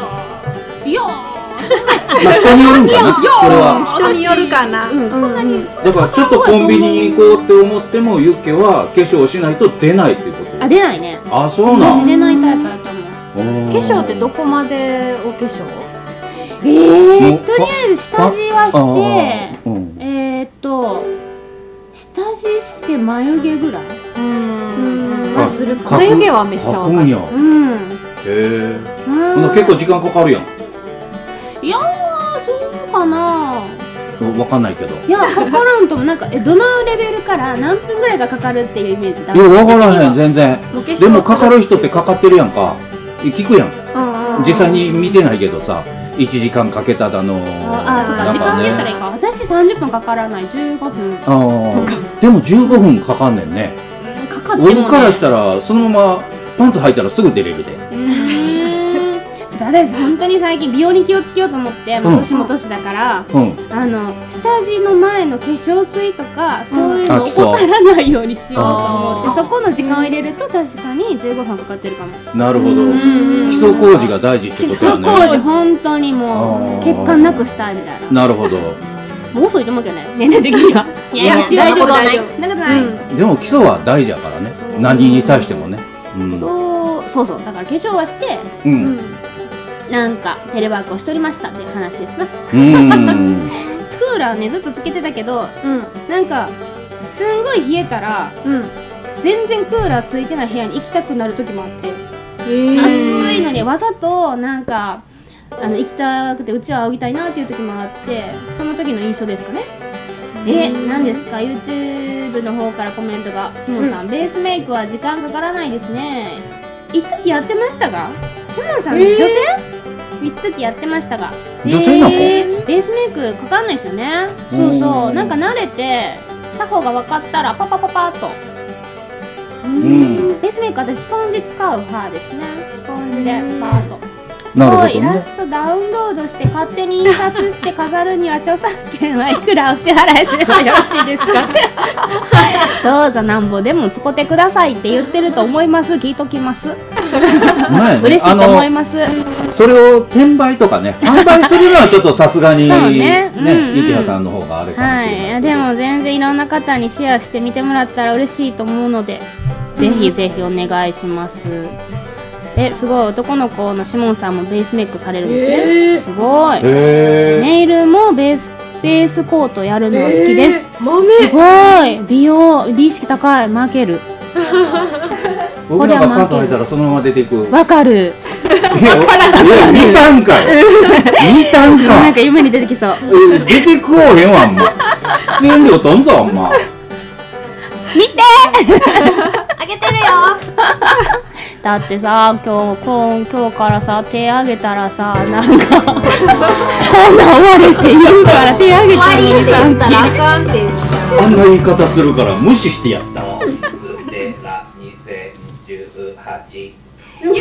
Speaker 4: いや
Speaker 3: まあ人によるんかなこれは
Speaker 1: 人によるかな
Speaker 4: うんそんなに、そんな
Speaker 3: だからちょっとコンビニに行こうって思ってもユッケは化粧しないと出ないっていうこ
Speaker 4: あ出ないね
Speaker 3: とあそうな
Speaker 4: 私
Speaker 3: ん
Speaker 4: 出ないタイプだと思う
Speaker 3: 化
Speaker 7: 化粧ってどこまでお化粧
Speaker 4: え
Speaker 3: もう
Speaker 4: ー、とりあえず下地はして
Speaker 3: うん
Speaker 4: えー、っと下地して眉毛ぐらい
Speaker 7: うん
Speaker 3: あ
Speaker 7: するか
Speaker 3: かく
Speaker 7: 眉毛はめっちゃわ
Speaker 3: か
Speaker 7: か
Speaker 3: くん
Speaker 7: る
Speaker 3: やへ
Speaker 4: うん
Speaker 3: え
Speaker 4: うん
Speaker 3: 結構時間かかるやん
Speaker 4: いやーそうかな
Speaker 3: 分かんないけど
Speaker 4: いやかからんともなんかえどのレベルから何分ぐらいがかかるっていうイメージだ
Speaker 3: いや分からへん全然
Speaker 1: もう化粧
Speaker 3: でもかかる人ってかかってるやんか聞くやん実際に見てないけどさ1時間かけただの
Speaker 4: ああそっか
Speaker 3: なん
Speaker 4: 時間で言ったら
Speaker 3: ね
Speaker 4: いいか私30分かからない15分
Speaker 3: あーでも15分かかんねんね
Speaker 4: かかっても、ね、
Speaker 3: 俺からしたらそのままパンツ履いたらすぐ出れるで
Speaker 4: うーんちょっと私本当に最近美容に気をつけようと思ってもう年も年だから、
Speaker 3: うん
Speaker 4: あの下地の前の化粧水とかそういうの
Speaker 3: あ
Speaker 4: を
Speaker 3: 基礎
Speaker 4: 怠らないようにしようと思
Speaker 3: あ
Speaker 4: ってそこの時間を入れると確かに15分かかってるかも
Speaker 3: なるほど
Speaker 4: うん
Speaker 3: 基礎工事が大事ってこ
Speaker 4: 基
Speaker 3: と
Speaker 4: 礎
Speaker 3: だ
Speaker 4: 工
Speaker 3: ね
Speaker 4: 事本当にも
Speaker 3: あ
Speaker 4: う
Speaker 3: ー
Speaker 4: 血管なくしたいみたいな
Speaker 3: なるほど
Speaker 4: もう遅いと思うけどね年齢的にはい
Speaker 1: いや大丈夫大丈
Speaker 4: そんなことない、
Speaker 3: でも基礎は大事やからね何に対してもねうん
Speaker 4: そうそうそうだから化粧はして
Speaker 3: うん
Speaker 4: なんかテレワークをしておりましたっていう話ですなク <laughs>
Speaker 3: うん
Speaker 4: ーラーねずっとつけてたけど
Speaker 1: 夫うん
Speaker 4: なんかすんごい冷えたら
Speaker 1: うん
Speaker 4: 全然クーラーついてない部屋に行きたくなる時もあって
Speaker 1: へ
Speaker 4: 暑
Speaker 1: え
Speaker 4: いのにわざとなんかあの行きたくてうちは仰ぎたいなっていう時もあってその時の印象ですかねえ何ですか YouTube の方からコメントが「しもさん、ベースメイクは時間かからないですね」「一時やってましたが」「しもさん、
Speaker 1: えー
Speaker 4: 女性?」「一時やってましたが」
Speaker 3: 女性なの
Speaker 4: えーベースメイクかからないですよねそう
Speaker 3: う
Speaker 4: そうんなんか慣れて作法が分かったらパパパパッと
Speaker 3: うん
Speaker 4: ベースメイク私スポンジ使う派ですねスポンジでパーッと
Speaker 3: なるほど
Speaker 4: イラ
Speaker 3: ね
Speaker 4: ストダウンロードして勝手に印刷して飾るには著作権はいくらお支払いすればよろしいです <laughs> かどうぞなんぼでも使ってくださいって言ってると思います聞いときます
Speaker 3: 前ね
Speaker 4: 嬉しい
Speaker 3: あ
Speaker 4: と思い
Speaker 3: の
Speaker 4: ます
Speaker 3: それを転売とかね販売するのはちょっとさすがに
Speaker 4: そうね
Speaker 3: ね
Speaker 4: うんうん
Speaker 3: ゆきはさんの方があれかも
Speaker 4: は
Speaker 3: し
Speaker 4: いい
Speaker 3: れな
Speaker 4: や
Speaker 3: い
Speaker 4: でも全然いろんな方にシェアしてみてもらったら嬉しいと思うのでぜひぜひお願いしますえすごい男の子のシモンさんもベースメイクされるんですね、すごい
Speaker 3: へえ
Speaker 4: ネイルもベースベースコートやるのが好きです、
Speaker 7: 豆
Speaker 4: すごい美容美意識高い負けるこ
Speaker 3: 僕
Speaker 4: れ
Speaker 3: なん
Speaker 4: は
Speaker 3: か
Speaker 4: 満
Speaker 3: パ
Speaker 4: 点
Speaker 3: ンツ履いたらそのまま出ていく
Speaker 4: わかる
Speaker 3: いやいや見たんかい見たんか
Speaker 4: ないんか夢に出てきそう
Speaker 3: え出てこうへんわあんま出演料とんぞあんま
Speaker 4: 見て
Speaker 5: あげてるよ
Speaker 4: だってさ今日今日今日からさ手あげたらさなん
Speaker 5: <laughs>
Speaker 4: かこんなん終わりって言うから手あ
Speaker 5: 終
Speaker 4: げ
Speaker 5: わりって
Speaker 4: て
Speaker 5: 言ったらあ
Speaker 4: さ
Speaker 5: かんって言う
Speaker 3: あんな言い方するから無視してやったわ
Speaker 6: ステラ2018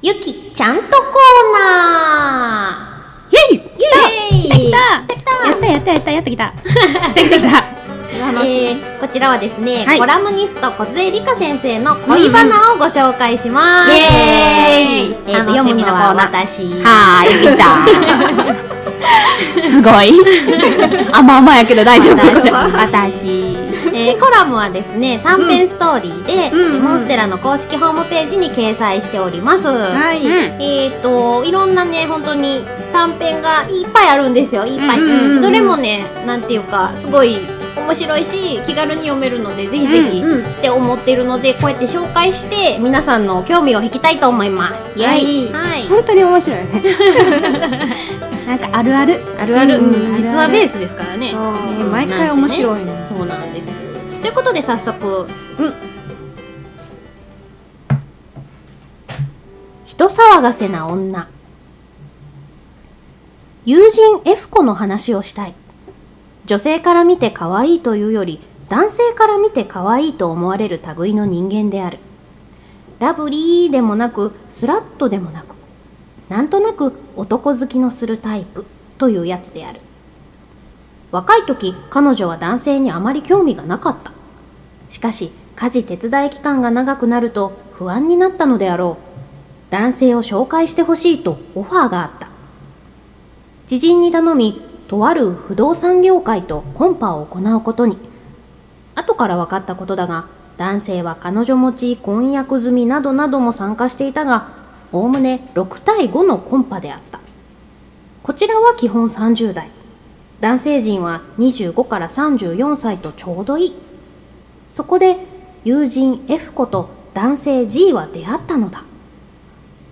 Speaker 5: ゆきちゃんとコーナー
Speaker 4: イェイイェイったやったやってきたやってきた
Speaker 5: 楽しい、えーこちらはですね、
Speaker 4: はい
Speaker 5: コラムニスト小杖理香先生の恋バナをご紹介します、
Speaker 4: うんうんイエーイ
Speaker 5: えーと読むのは私
Speaker 4: はーいゆきちゃんすごい甘々やけど大丈夫
Speaker 5: 私私、えーコラムはですね短編ストーリーで、
Speaker 1: うんうんうん
Speaker 5: モンステラの公式ホームページに掲載しております、
Speaker 1: はい、
Speaker 5: えー、といろんなね本当に短編がいっぱいあるんですよいっぱい、
Speaker 4: うん
Speaker 1: うんうん
Speaker 5: どれもねなんていうかすごい面白いし気軽に読めるのでぜひぜひ、
Speaker 1: うん
Speaker 5: って思ってるのでこうやって紹介して皆さんの興味を引きたいと思いますイエイはい、
Speaker 4: 本当に面白いよね
Speaker 1: <laughs>
Speaker 4: なんかあるある
Speaker 5: あるある、
Speaker 1: うんうん
Speaker 5: 実はベースですからね
Speaker 1: ね毎回面
Speaker 5: い
Speaker 1: 白いね
Speaker 5: そうなんですということで早速、
Speaker 1: うん
Speaker 5: 人騒がせな女友人 F 子の話をしたい女性から見て可愛いというより男性から見て可
Speaker 1: <laughs>
Speaker 5: 愛いと思われる類の人間であるラブリーでもなくスラッとでもなくなんとなく男好きのするタイプというやつである若い時彼女は男性にあまり興味がなかったしかし家事手伝い期間が長くなると不安になったのであろう男性を紹介してほしいとオファーがあった知人に頼みとある不動産業界とコンパを行うことに後から分かったことだが男性は彼女持ち婚約済みなどなども参加していたがおおむね6対5のコンパであったこちらは基本30代男性陣は25から34歳とちょうどいいそこで友人 F 子と男性 G は出会ったのだ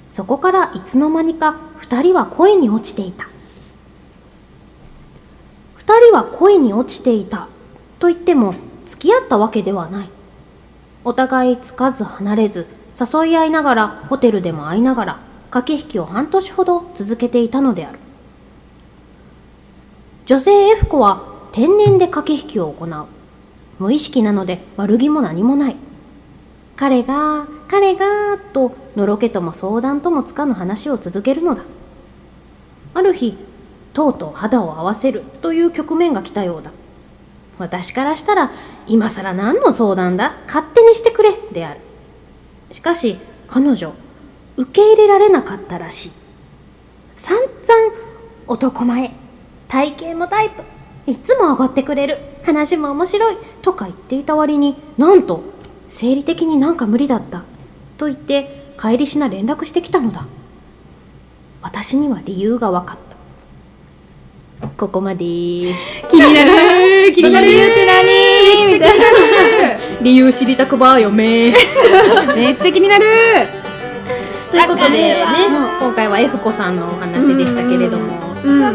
Speaker 5: そこからいつの間にか2人は恋に落ちていた2人は恋に落ちていたと言っても付き合ったわけではないお互いつかず離れず誘い合いながらホテルでも会いながら駆け引きを半年ほど続けていたのである女性 F 子は天然で駆け引きを行う無意識なので悪気も何もない彼が彼がとのろけとも相談ともつかぬ話を続けるのだある日とうとう肌を合わせるという局面が来たようだ私からしたら今更何の相談だ勝手にしてくれであるしかし彼女受け入れられなかったらしい散々男前体型もタイプいつもおごってくれる話も面白いとか言っていた割になんと生理的になんか無理だったと言って帰りしな連絡してきたのだ私には理由が分かったここまで
Speaker 4: 気にな
Speaker 7: <laughs>
Speaker 4: る気になる
Speaker 1: 理由って何みたいな理由知りたくばよめ
Speaker 4: めっちゃ気に
Speaker 7: <laughs>
Speaker 4: なる
Speaker 5: ということでね
Speaker 1: わかるわ
Speaker 5: 今回は F 子さんのお話でしたけれども、
Speaker 1: うん
Speaker 5: は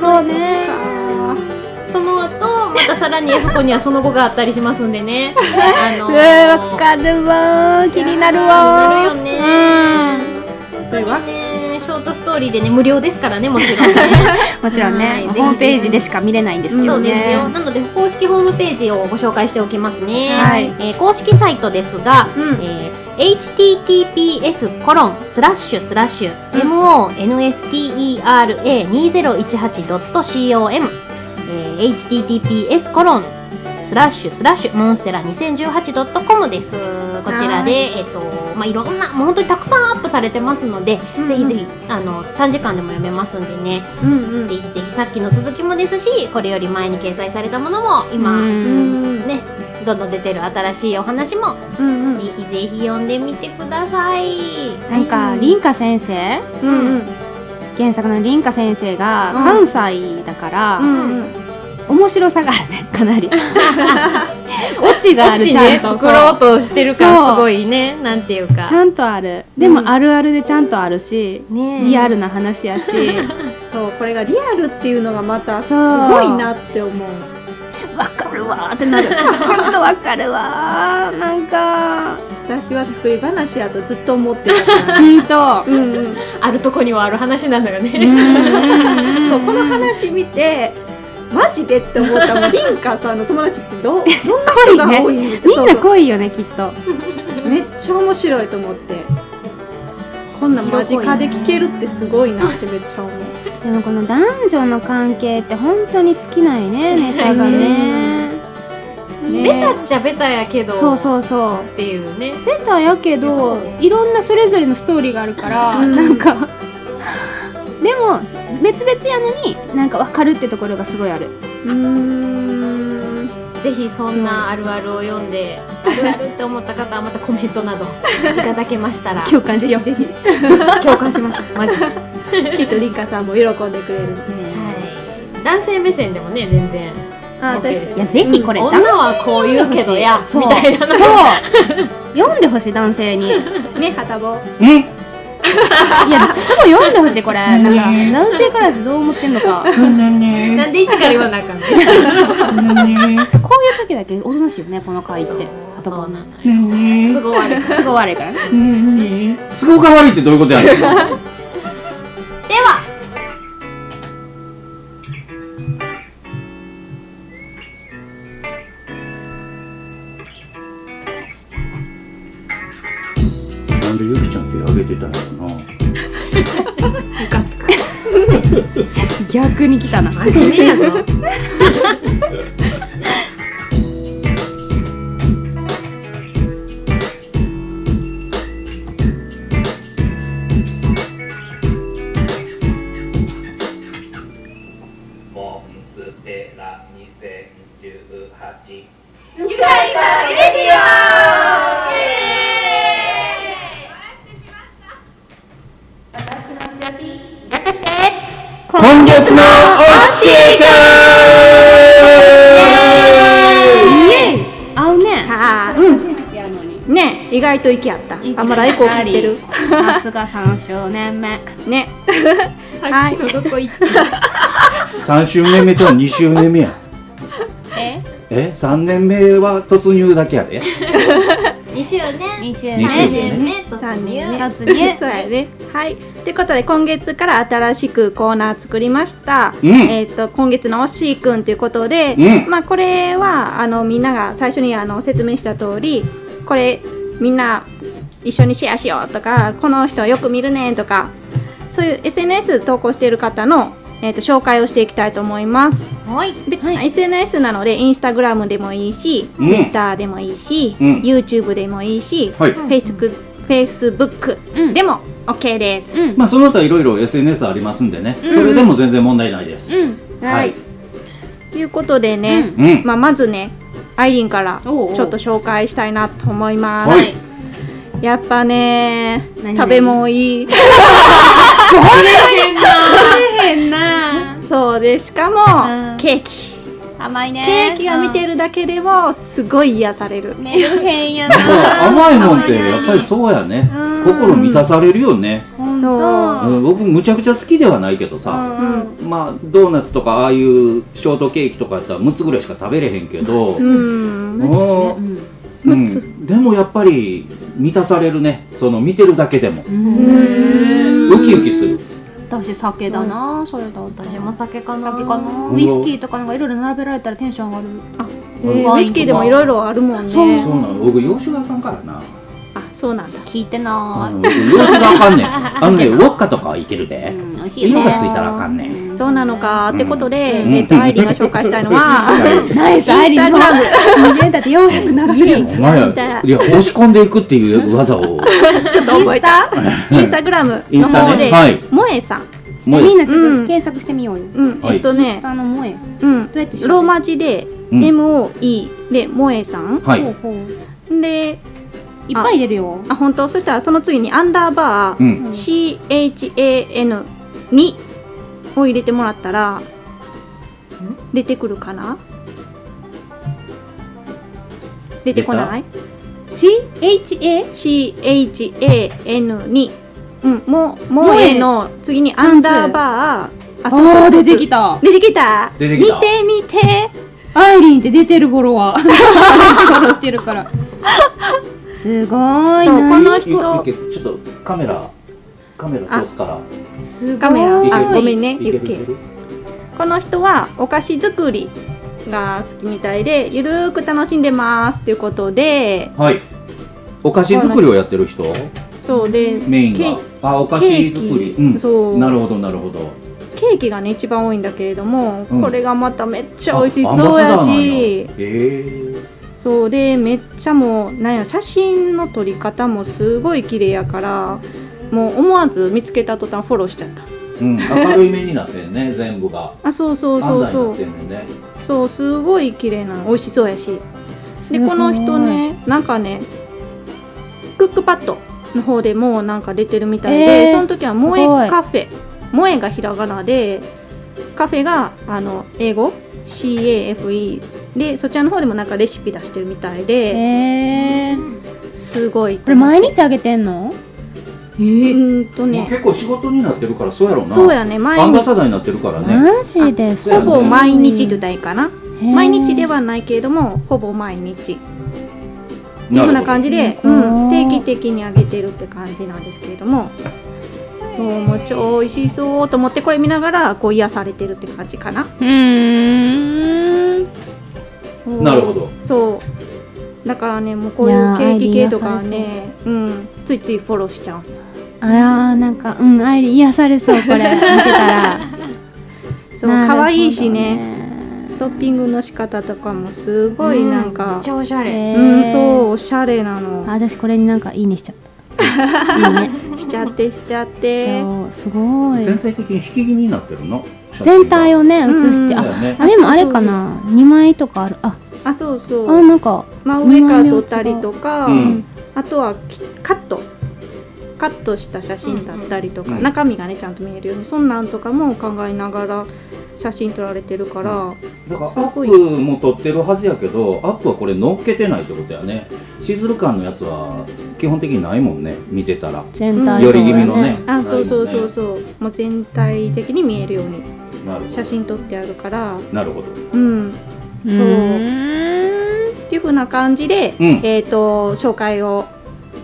Speaker 1: そうね
Speaker 5: いその後またさらに F 子にはその後があったりしますんでねあの
Speaker 1: うわわかるわ気になるわ
Speaker 5: 気になるよね本当にねショートストーリーでね無料ですからねもちろんね
Speaker 4: もちろん
Speaker 5: はいぜ
Speaker 4: ね
Speaker 5: ひぜひ
Speaker 4: ホームページでしか見れないんですけ
Speaker 5: そ
Speaker 4: ど
Speaker 5: う
Speaker 4: ね
Speaker 5: ですよなので公式ホームページをご紹介しておきますね、
Speaker 4: はい
Speaker 5: えー公式サイトですが、
Speaker 1: うん
Speaker 5: えー https コロンスラッシュスラッシュ monstera2018.com、えー https コロンスラッシュスラッシュモンステラ 2018.com ですこちらでえっ、とまあいろんなもう本当にたくさんアップされてますので、
Speaker 1: うんうん
Speaker 5: ぜひぜひあの短時間でも読めますんでね
Speaker 1: うんう
Speaker 5: ぜひぜひさっきの続きもですしこれより前に掲載されたものも今、
Speaker 1: うん
Speaker 5: ねどんどん出てる新しいお話も、
Speaker 1: うん
Speaker 5: ぜひぜひ読んでみてください。
Speaker 4: なんか凛花先生
Speaker 1: うんうん
Speaker 4: 原作の凛花先生が
Speaker 1: う
Speaker 4: 関
Speaker 1: ん
Speaker 4: 西だから、
Speaker 1: うん
Speaker 4: 面白さがあるねか <laughs> なりオチがあるちゃんと
Speaker 5: 作ろうとしてるから
Speaker 4: そう
Speaker 5: すごいねなんていうか
Speaker 4: ちゃんとあるでもあるあるでちゃんとあるし、
Speaker 5: ね
Speaker 4: リアルな話やし、
Speaker 1: そうこれがリアルっていうのがまたす
Speaker 4: そ
Speaker 1: ご
Speaker 4: う
Speaker 1: いなって思う
Speaker 4: わかるわーってなるほんとわかるわーなんか
Speaker 1: 私は作り話やとずっと思ってたから
Speaker 4: ほんと
Speaker 1: うんうん
Speaker 5: あるとこにはある話なんだよね。
Speaker 1: そうこの話見てマジでって思ったもんリンカさんの友達ってどうどんな人が多いみたい
Speaker 4: みんな
Speaker 1: そう
Speaker 4: 濃いよねきっと
Speaker 1: そうめっちゃ面白いと思ってこんなん間近で聞けるってすごいなってめっちゃ思う
Speaker 4: でもこの男女の関係って本当に尽きない
Speaker 7: <laughs>
Speaker 4: ねネタがねね
Speaker 7: ベタっちゃベタやけど
Speaker 4: そうそうそう
Speaker 7: っていうね
Speaker 4: ベタやけどいろんなそれぞれのストーリーがあるから、
Speaker 1: うん
Speaker 4: なんかでも別々やのになんか分かるってところがすごいある
Speaker 1: うん
Speaker 7: ぜひそんなあるあるを読んであるあるって思った方はまたコメントなどいただけましたら
Speaker 1: 共感しようぜひぜ
Speaker 7: 共感しまし <laughs> ょうマジで、は
Speaker 1: ひきっとリンカさんも喜んでくれる
Speaker 7: い、男性目線でもね全然
Speaker 1: あ
Speaker 7: OK です
Speaker 4: いやぜひこれ、
Speaker 7: 女
Speaker 4: 男
Speaker 7: はこう言うけどや
Speaker 4: そう
Speaker 7: みたいな
Speaker 4: そう読んでほしい男性にいや
Speaker 1: ね旗棒
Speaker 3: うん
Speaker 4: でも読んでほしいこれなんか男性からどう思ってんのか
Speaker 3: なに
Speaker 7: なんで一から言わなあかんの
Speaker 3: なにな
Speaker 4: こういう時だけおとなしいよねこの回って
Speaker 7: そ
Speaker 4: 頭
Speaker 7: うな
Speaker 4: の
Speaker 7: のよ
Speaker 3: に
Speaker 7: 都合悪いで
Speaker 4: 都合悪いからね
Speaker 3: 何都合が悪いってどういうことや <laughs> ねん
Speaker 7: は
Speaker 3: なんでゆきちゃん手挙げてたんやろな
Speaker 4: 逆に来たな
Speaker 7: 真面目やぞ
Speaker 6: モンステラ2018
Speaker 3: 今月の教え会
Speaker 4: イエイ合うね
Speaker 1: ああうん
Speaker 4: やのに
Speaker 1: ね意外と息あった <laughs> あまだエコー切ってる
Speaker 4: さすが3周年目
Speaker 1: ねはい
Speaker 3: 3周年目とは2周年目や
Speaker 4: え
Speaker 3: え3年目は突入だけやで
Speaker 7: 2周年
Speaker 4: 2周
Speaker 3: 二周年
Speaker 4: 年
Speaker 7: 目突
Speaker 1: 三年ね
Speaker 4: 突入
Speaker 1: <laughs> そうやねはいということで今月から新しくコーナー作りました、
Speaker 3: うん
Speaker 1: えっ、と今月のおしーくんということで、
Speaker 3: うん
Speaker 1: まあこれはあのみんなが最初にあの説明した通りこれみんな一緒にシェアしようとかこの人よく見るねとかそういう SNS 投稿している方の、えー、と紹介をしていきたいと思います、
Speaker 7: はい
Speaker 1: で SNS なのでインスタグラムでもいいし、
Speaker 3: うん
Speaker 1: ツイッターでもいいし、
Speaker 3: うん
Speaker 1: YouTube でもいいし、
Speaker 3: はい
Speaker 1: フェイスク、フェイスブック
Speaker 4: うん
Speaker 1: でも OK です。
Speaker 4: うん
Speaker 3: まあその他いろいろ SNS ありますんでね
Speaker 4: ん
Speaker 3: それでも全然問題ないです
Speaker 4: うん
Speaker 3: はい
Speaker 1: ということでね、
Speaker 3: うん
Speaker 1: まあまずね、アイリンからち
Speaker 4: おうおう
Speaker 1: ょっと紹介したいなと思います。
Speaker 3: はい
Speaker 1: やっぱね、
Speaker 4: 何々
Speaker 1: 食べ物いい。
Speaker 4: 大変な
Speaker 1: そうで、しか
Speaker 4: うん
Speaker 1: もケーキ。
Speaker 4: 甘いね
Speaker 1: ケーキが見てるだけでもすごい癒される。
Speaker 4: メルヘンや
Speaker 3: やっぱ
Speaker 4: な
Speaker 3: 甘いもんってやっぱりそうやね
Speaker 4: うん
Speaker 3: 心満たされるよね
Speaker 4: 本
Speaker 3: う
Speaker 4: 当
Speaker 3: ん僕むちゃくちゃ好きではないけどさ
Speaker 4: うんうん
Speaker 3: まあドーナツとかああいうショートケーキとかやったら6つぐらいしか食べれへんけど
Speaker 1: うん。
Speaker 3: もうう
Speaker 1: 六つ
Speaker 3: んでもやっぱり満たされるねその見てるだけでも
Speaker 4: うん
Speaker 3: ウキウキする
Speaker 4: 私酒だなそれだ私
Speaker 7: 私も酒かな
Speaker 4: 酒かな
Speaker 3: うん
Speaker 4: ウイスキーとかなんかいろいろ並べられたらテンション上がる
Speaker 1: えーウイスキーでもいろいろあるもんね。
Speaker 4: そう
Speaker 3: そうなの僕洋酒があかんからな
Speaker 1: あ、そうなんだ。
Speaker 4: 聞いてな
Speaker 3: うん僕洋酒があかんねんあのねウォッカとかはいける
Speaker 4: いう
Speaker 3: で
Speaker 4: ん美味しい
Speaker 3: 色
Speaker 4: よ
Speaker 3: が
Speaker 4: ね
Speaker 3: ついたらあかんねん
Speaker 1: そうなのかってことで、
Speaker 4: うん
Speaker 1: えっとアイリンが紹介したいのは、
Speaker 4: <laughs> ナイスアイリン
Speaker 1: インスタ
Speaker 4: 人間だってようやく流せる
Speaker 3: お前らいや押し込んでいくっていう技を
Speaker 1: ちょっと覚えたインスタグラム
Speaker 3: イン
Speaker 1: の
Speaker 3: スタ
Speaker 1: 方
Speaker 3: ね
Speaker 1: で、
Speaker 3: はい
Speaker 1: 萌えさん、
Speaker 3: もう
Speaker 4: みんなちょっと検索してみようよ
Speaker 1: うん
Speaker 3: はい
Speaker 1: えっとね、
Speaker 4: 下の萌え
Speaker 1: うん、
Speaker 4: どうやって調べる
Speaker 1: ローマ字で、
Speaker 3: うん
Speaker 1: MOE で萌えさん
Speaker 3: はい
Speaker 4: ほうほう
Speaker 1: で
Speaker 4: いっぱい出るよ
Speaker 1: あ本当そしたらその次にアンダーバ
Speaker 3: う
Speaker 1: ー、
Speaker 3: ん
Speaker 1: CHAN にを入れてもらったら出てくるかな出てこない
Speaker 4: CHA
Speaker 1: CHAN2 うん、ももえの次にアンダーバーあ
Speaker 4: あー出てきた
Speaker 1: 出てきた
Speaker 3: 出てきた
Speaker 1: 見て見て
Speaker 4: アイリンって出てる頃は私フォローしてるからすごい
Speaker 1: そう
Speaker 4: な
Speaker 1: この
Speaker 3: いい
Speaker 1: 人
Speaker 3: けちょっとカメラカメラ通すから
Speaker 4: すご
Speaker 1: カメ
Speaker 4: い
Speaker 1: ラあごめん
Speaker 3: い
Speaker 1: ね
Speaker 3: け
Speaker 1: ゆ
Speaker 3: る
Speaker 1: っ
Speaker 3: いけ
Speaker 1: け
Speaker 3: る
Speaker 1: この人はお菓子作りが好きみたいでゆるーく楽しんでますっていうことで
Speaker 3: はいお菓子作りをやってる人
Speaker 1: そうで
Speaker 3: メイン
Speaker 1: ケ
Speaker 3: があお菓子作り
Speaker 1: ケーキ
Speaker 3: うん
Speaker 1: そう
Speaker 3: なるほどなるほど
Speaker 1: ケケーキがね一番多いんだけれども、
Speaker 3: うん
Speaker 1: これがまためっちゃ
Speaker 3: あ
Speaker 1: 美味しそう
Speaker 3: ア
Speaker 1: や
Speaker 3: ンバサダーなん
Speaker 1: し
Speaker 3: やえ
Speaker 1: そうでめっちゃもうなんや写真の撮り方もすごい綺麗やからもう思わず見つけた途端フォローしちゃった
Speaker 3: えうん、明るい目になってんね全部が
Speaker 1: あそうそう
Speaker 3: パン
Speaker 1: そ
Speaker 3: ダになっ
Speaker 1: うそう
Speaker 3: てんねんね
Speaker 1: そうすごい綺麗な美味しそうやし
Speaker 8: す
Speaker 1: で
Speaker 8: ごい
Speaker 1: この人ねなんかねクックパッドの方でもなんか出てるみたいで、
Speaker 8: えー
Speaker 1: その時は「萌
Speaker 8: すごい
Speaker 1: えカフェ」「萌え」がひらがなでカフェがあの英語 CAFE でそちらの方でもなんかレシピ出してるみたい
Speaker 8: え
Speaker 1: で
Speaker 8: えー、
Speaker 1: すごい
Speaker 8: これ毎日あげてんの
Speaker 1: うーんと
Speaker 3: もう
Speaker 1: ね
Speaker 3: 結構仕事になってるからそうやろうな
Speaker 1: そうやね毎
Speaker 3: アンバ
Speaker 1: 日
Speaker 3: サダーになってるからね
Speaker 8: マジです
Speaker 3: だ
Speaker 1: ほ
Speaker 3: よね
Speaker 1: ぼ毎日といいかな毎日で
Speaker 8: は
Speaker 1: はないけれどもほぼ毎日
Speaker 3: な
Speaker 1: そ
Speaker 3: るほ
Speaker 1: んな
Speaker 3: ど
Speaker 1: 感じで、
Speaker 8: う
Speaker 1: うんん、定期的にあげてるって感じなんですけれどもどうも超美味しそうと思ってこれ見ながらこう癒されてるって感じかな
Speaker 8: うーん
Speaker 3: なるほど
Speaker 1: そうだからねもうこうい
Speaker 8: いやー
Speaker 1: うケーキ系とかは
Speaker 8: アイディ
Speaker 1: ねうんついついフォローしちゃう
Speaker 8: あーなんかうんあいり癒されそうこ
Speaker 1: <laughs>
Speaker 8: れ見てたら
Speaker 1: そう
Speaker 8: なるほど
Speaker 1: 可愛いしねトッピングの仕方とかもすごいなんか、
Speaker 7: ちゃおしゃ
Speaker 8: え
Speaker 7: れ
Speaker 1: う
Speaker 8: ー
Speaker 1: んそうおしゃれなの
Speaker 8: あ私これになんかいいねしちゃったいい
Speaker 1: <laughs>
Speaker 8: ね
Speaker 1: しちゃってしちゃっ
Speaker 8: じ
Speaker 1: て
Speaker 8: ゃあすごい
Speaker 3: 全体的に引き気味になってるの
Speaker 8: 全体
Speaker 3: を
Speaker 8: をね映して
Speaker 1: うん
Speaker 3: だよ
Speaker 8: あ
Speaker 3: ね
Speaker 8: あでもあれかな2枚とかあるあ
Speaker 1: あそうそ
Speaker 8: あ
Speaker 1: う
Speaker 8: なんか
Speaker 1: 真上から撮ったりとか、
Speaker 3: うん
Speaker 1: あとはきカットカットした写真だったりとか、
Speaker 3: うんうん
Speaker 1: 中身がねちゃんと見えるようにそんなんとかも考えながら写真撮られてるから、
Speaker 3: だからア
Speaker 1: すごい
Speaker 3: ップも撮ってるはずやけどアップはこれ乗っけてないってことやねシズル感のやつは基本的にないもんね見てたら
Speaker 8: 全体
Speaker 3: より気味のね
Speaker 1: あそうそうそう
Speaker 3: う
Speaker 1: そうもう全体的に見えるように
Speaker 3: なるほ
Speaker 1: 写真撮ってあるから
Speaker 3: どなるほど
Speaker 1: うん
Speaker 8: う
Speaker 1: そう
Speaker 8: ーん
Speaker 1: っていうふうな感じで、
Speaker 3: うん
Speaker 1: えっ、と紹介を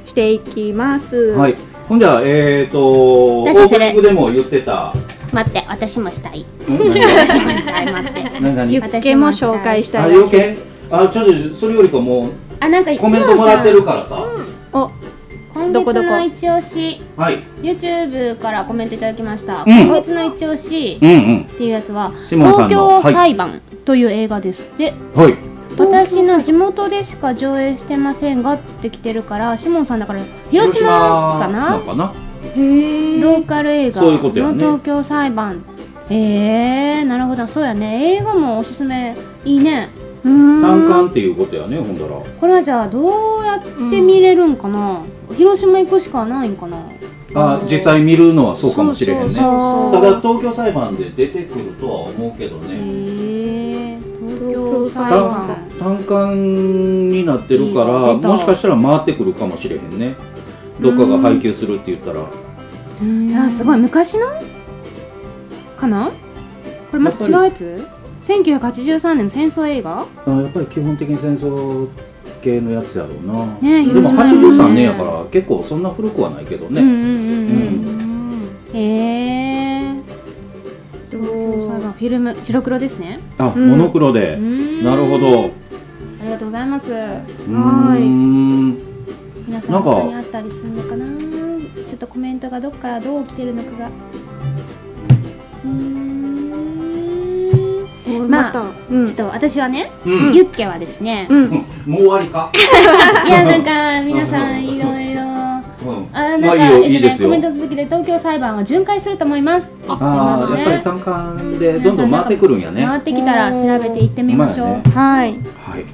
Speaker 1: していきます。
Speaker 3: はいほんじゃえっとオ
Speaker 4: 私
Speaker 3: ー
Speaker 4: そ
Speaker 3: プ
Speaker 4: れ
Speaker 3: ニングでも言ってた
Speaker 4: 待って私も
Speaker 3: <laughs>
Speaker 4: したい
Speaker 3: ん何が
Speaker 4: 私もしたい待って
Speaker 3: 何
Speaker 1: ユ
Speaker 3: 何
Speaker 1: ッケも紹介した
Speaker 3: あ
Speaker 1: いら
Speaker 3: 余
Speaker 1: しい。
Speaker 3: 計あちょっとそれよりかもう
Speaker 4: あなんか
Speaker 3: コメントもらってるからさ
Speaker 1: お
Speaker 4: 今
Speaker 1: どこどこ
Speaker 4: 月の一押し
Speaker 3: はい
Speaker 4: YouTube からコメントいただきました、
Speaker 3: うん
Speaker 4: 今月の一押し
Speaker 3: うんうん
Speaker 4: っていうやつは
Speaker 3: シモン
Speaker 4: 東
Speaker 3: さんの
Speaker 4: 京
Speaker 3: はい
Speaker 4: 裁判という映画ですで
Speaker 3: はい
Speaker 4: 私の地元でしか上映してませんがって来てるからシモンさんだから広島かな
Speaker 3: 広島なのか
Speaker 4: ロ
Speaker 1: へえ。
Speaker 4: ーカル映画
Speaker 3: そういうことや
Speaker 4: の
Speaker 3: ね
Speaker 4: 東京裁判へ、えー、なるほどそうやね映画もおすすめいいね
Speaker 1: う
Speaker 3: な単
Speaker 1: ん。
Speaker 3: 館っていうことやねほんだら
Speaker 4: これはじゃあどうやって見れるんかな、広島行くしかないんかな
Speaker 3: あ実際見るのはそうかもしれへんね
Speaker 4: そう
Speaker 3: ただ東京裁判で出てくるとは思うけど
Speaker 4: へ
Speaker 3: ね、
Speaker 4: え東京
Speaker 1: 京
Speaker 4: 裁
Speaker 1: 裁
Speaker 4: 判
Speaker 1: 判
Speaker 3: 単管になってるから
Speaker 4: いいね出た
Speaker 3: もしかしたら回ってくるかもしれへんねどっかが配給するって言ったら
Speaker 4: あすごい昔のかなこれまた違うやつ1983年の戦争映画
Speaker 3: あやっぱり基本的に戦争系のやつやろうな、
Speaker 4: ね
Speaker 3: でも
Speaker 4: 広島やもんね
Speaker 3: 83年やから結構そんな古くはないけど
Speaker 4: うん
Speaker 3: ね、
Speaker 4: うんうんうんへえ
Speaker 1: そ
Speaker 4: 東京裁
Speaker 1: う
Speaker 4: 判フィルム白黒ですね
Speaker 3: あ、
Speaker 1: うん
Speaker 3: モノクロで、な
Speaker 4: な
Speaker 3: るほど
Speaker 4: ありがとうございます
Speaker 1: はいう
Speaker 3: ーん
Speaker 4: 皆さん
Speaker 3: なんか
Speaker 4: 本当にあったりするのかなちょっとコメントがどっからどう来てるのかがうーんまあ
Speaker 1: また、うん
Speaker 4: ちょっと私はね、
Speaker 3: うん
Speaker 4: ユッケはですね、
Speaker 1: うん
Speaker 3: うんもう終わりか、
Speaker 4: いやなんか皆さんいろいろあ
Speaker 3: うん、
Speaker 4: なん
Speaker 3: ま
Speaker 4: か、
Speaker 3: あいい
Speaker 4: えっと
Speaker 3: よ
Speaker 4: ね
Speaker 3: いいですよ
Speaker 4: コメント続きで東京裁判は巡回すると思いますって言ってま
Speaker 3: あ
Speaker 4: す
Speaker 3: あ
Speaker 4: ね
Speaker 3: やっぱり単管でどんどん回ってくるんやね、
Speaker 4: 回ってきたら調べていってみましょう、
Speaker 3: まあね
Speaker 1: はい。
Speaker 3: はい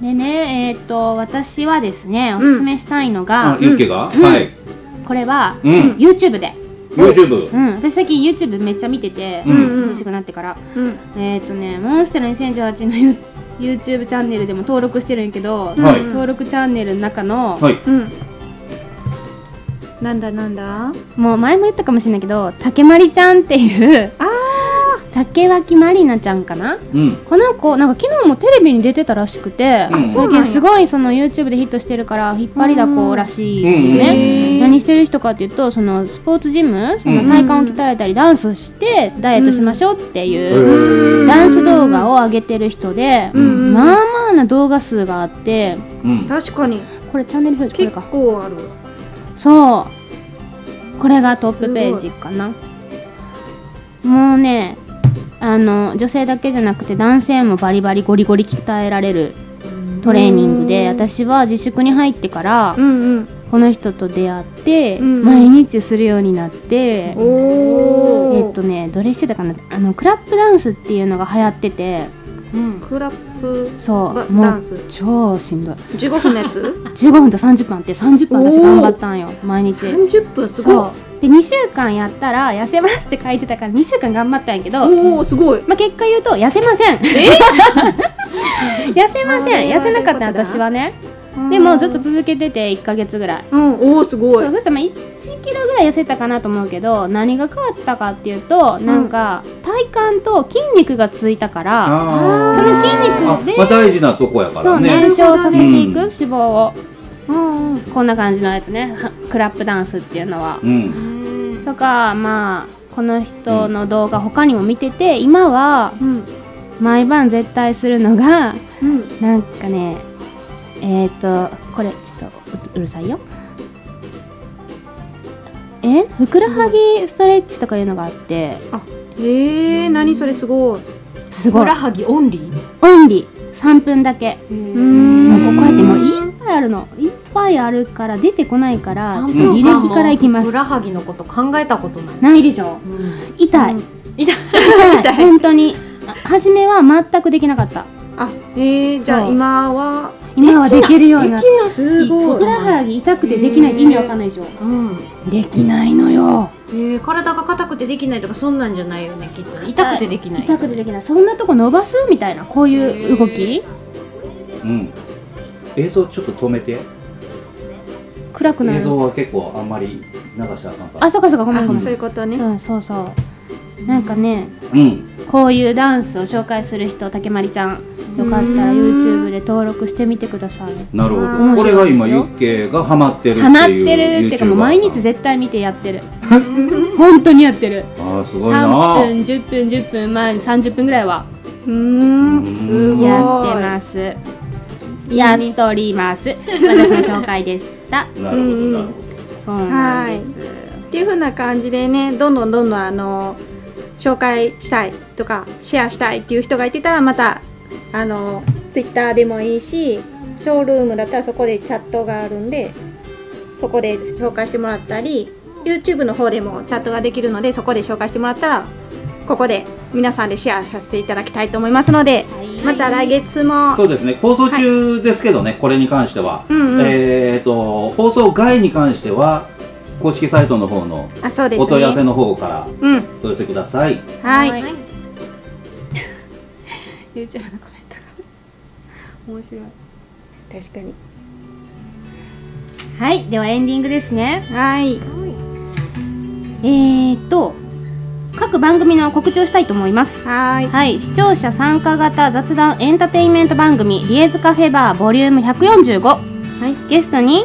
Speaker 4: でねえっと私はですねおすすめしたいの
Speaker 3: あ
Speaker 4: が、
Speaker 3: ユッケが、
Speaker 4: うん
Speaker 3: はい
Speaker 4: これは、
Speaker 3: うん
Speaker 4: YouTube で、
Speaker 3: YouTube
Speaker 4: うん、私最近 YouTube めっちゃ見てて、
Speaker 3: うん
Speaker 1: うん
Speaker 4: 自粛になってから
Speaker 1: うん。
Speaker 4: えっ、とねモンステラ2018の You- YouTube チャンネルでも登録してるんやけど、
Speaker 1: うん
Speaker 3: はい
Speaker 4: 登録チャンネルの中の、
Speaker 3: はい
Speaker 1: うん。なんだなんだ。
Speaker 4: もう前も言ったかもしれないけど竹まりちゃんっていう竹脇まりなちゃんかな
Speaker 3: うん
Speaker 4: この子なんか昨日もテレビに出てたらしくて、
Speaker 3: うん
Speaker 1: そう
Speaker 4: 最
Speaker 1: なん
Speaker 4: 近
Speaker 1: や
Speaker 4: すごいその YouTube でヒットしてるから引っ張りだこらしいよ
Speaker 3: うん
Speaker 4: ね、
Speaker 1: へー
Speaker 4: 何してる人かっていうとそのスポーツジムその体幹を鍛えたりダンスしてダイエットしましょうって
Speaker 3: へ
Speaker 4: いう、
Speaker 3: ー
Speaker 4: ダンス動画を上げてる人で、
Speaker 1: うんうん
Speaker 4: まあまあな動画数があって
Speaker 3: うん
Speaker 1: 確かに
Speaker 4: これチャンネル表示
Speaker 1: 結
Speaker 4: これか
Speaker 1: 構ある。
Speaker 4: そうこれがトップページかなもうねあの女性だけじゃなくて男性もバリバリゴリゴリ鍛えられるトレーニングで
Speaker 1: うん
Speaker 4: 私は自粛に入ってから
Speaker 1: うんうん
Speaker 4: この人と出会って
Speaker 1: うん
Speaker 4: 毎日するようになって
Speaker 1: おお
Speaker 4: えっとねどれしてたかなあのクラップダンスっていうのが流行ってて
Speaker 7: うん
Speaker 1: クラップ
Speaker 4: そ
Speaker 1: ば
Speaker 4: うも
Speaker 1: ダン
Speaker 4: う
Speaker 1: ス
Speaker 4: 超しんどい
Speaker 1: 15分のや <laughs> つ
Speaker 4: 15分と30分あって30分私頑張ったんよ毎日
Speaker 1: 30分すごい
Speaker 4: そうで2週間やったら痩せますって書いてたから2週間頑張ったんやけど、
Speaker 1: おおすごい
Speaker 4: まあ、結果言うと痩せません <laughs> 痩せません
Speaker 1: あー
Speaker 4: 痩せなかった
Speaker 1: あー
Speaker 4: 私はねでもずっと続けてて1ヶ月ぐらい
Speaker 1: うんおおすごい
Speaker 4: そうそしたらまあ1キロぐらい痩せたかなと思うけど何が変わったかっていうとなんか体幹と筋肉がついたから、
Speaker 3: あ
Speaker 4: その筋
Speaker 3: あ
Speaker 4: 肉で
Speaker 3: まあ、大事なとこやか
Speaker 4: そ
Speaker 3: ら
Speaker 4: う
Speaker 3: ね
Speaker 4: 燃焼させていく
Speaker 3: うん
Speaker 4: 脂肪を
Speaker 1: うんうん
Speaker 4: こんな感じのやつね <laughs> はクラップダンスっていうのは
Speaker 3: うん
Speaker 4: とかまあこの人の動画他にも見てて今は
Speaker 1: うん
Speaker 4: 毎晩絶対するのが <laughs>
Speaker 1: うん
Speaker 4: なんかねえっ、ー、とこれちょっとううるさいよえふくらはぎストレッチとかいうのがあって
Speaker 1: えー、何それすごい
Speaker 4: す
Speaker 7: ふ
Speaker 4: ご
Speaker 7: く
Speaker 4: い
Speaker 7: らはぎオンリー
Speaker 4: オンリー3分だけもうこ
Speaker 1: ん
Speaker 4: うやってもういっぱいあるのいっぱいあるから出てこないから
Speaker 7: 3
Speaker 4: 履
Speaker 7: 分
Speaker 4: 歴からいきます
Speaker 7: ふくらはぎのこと考えたことない
Speaker 4: ないでしょ
Speaker 7: うん
Speaker 4: 痛い、
Speaker 1: うん
Speaker 7: <laughs> 痛い
Speaker 4: 痛い本当にあ初めは全くできなかった
Speaker 1: あえー、じゃあ
Speaker 4: そう
Speaker 1: 今は
Speaker 4: 今はできるようになっ
Speaker 7: できな
Speaker 1: す
Speaker 7: ご
Speaker 4: ふくらはぎ痛くてできないって意味わかんないでしょ
Speaker 7: うん
Speaker 4: できないのよ
Speaker 7: えー、体が硬くてできないとかそんなんじゃないよねきっと痛くてできない
Speaker 4: 痛くてできないそんなとこ伸ばすみたいなこういう動き
Speaker 3: うん映像ちょっと止めて
Speaker 4: 暗くな
Speaker 3: 映
Speaker 4: る
Speaker 3: 像は結構あんまり流したらあかんから
Speaker 4: あそうかそうかごめんご
Speaker 1: あ
Speaker 4: めん
Speaker 1: そういうことね
Speaker 4: うんそうそうなんかね
Speaker 3: うん
Speaker 4: こういうダンスを紹介する人竹まりちゃんよかったら
Speaker 1: うん
Speaker 4: YouTube で登録してみてください
Speaker 3: なる
Speaker 1: あ
Speaker 3: ほ
Speaker 4: ー
Speaker 3: どこれが今ユ
Speaker 4: 面
Speaker 3: ッケがハマってるっていう
Speaker 4: ハマってるっていうかもう
Speaker 3: YouTuber
Speaker 4: 毎日
Speaker 3: さん
Speaker 4: 絶対見てや
Speaker 3: <laughs>
Speaker 4: ってる本当にやってる
Speaker 3: あーすごいな
Speaker 4: 3分10分10分前に30分ぐらいは
Speaker 1: うーんすごい
Speaker 4: やってますやっております私の紹介でした
Speaker 3: なるほどなるほど
Speaker 4: そうなんです
Speaker 1: っていう風な感じでねどんどんどんどんあの紹介したいとかシェアしたいっていう人がいてたらまたあのツイッターでもいいしショールームだったらそこでチャットがあるんでそこで紹介してもらったり YouTube の方でもチャットができるのでそこで紹介してもらったらここで皆さんでシェアさせていただきたいと思いますので、また来月も
Speaker 3: そうですね放送中ですけどね、これに関しては、
Speaker 1: うんうん
Speaker 3: えー、と放送外に関しては公式サイトの方の
Speaker 1: あそうですね
Speaker 3: お問い合わせの方から
Speaker 1: うん
Speaker 3: お寄せください、
Speaker 1: はい、 <laughs>
Speaker 4: い YouTube のコメントが面白い
Speaker 1: 確かに
Speaker 4: はいではエンディングですね
Speaker 1: はい
Speaker 4: えーと各番組の告知をしたいと思います
Speaker 1: はい
Speaker 4: はい、視聴者参加型雑談エンターテインメント番組「リエズカフェバーボリューム145、はい、ゲストに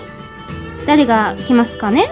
Speaker 4: 誰が来ますかね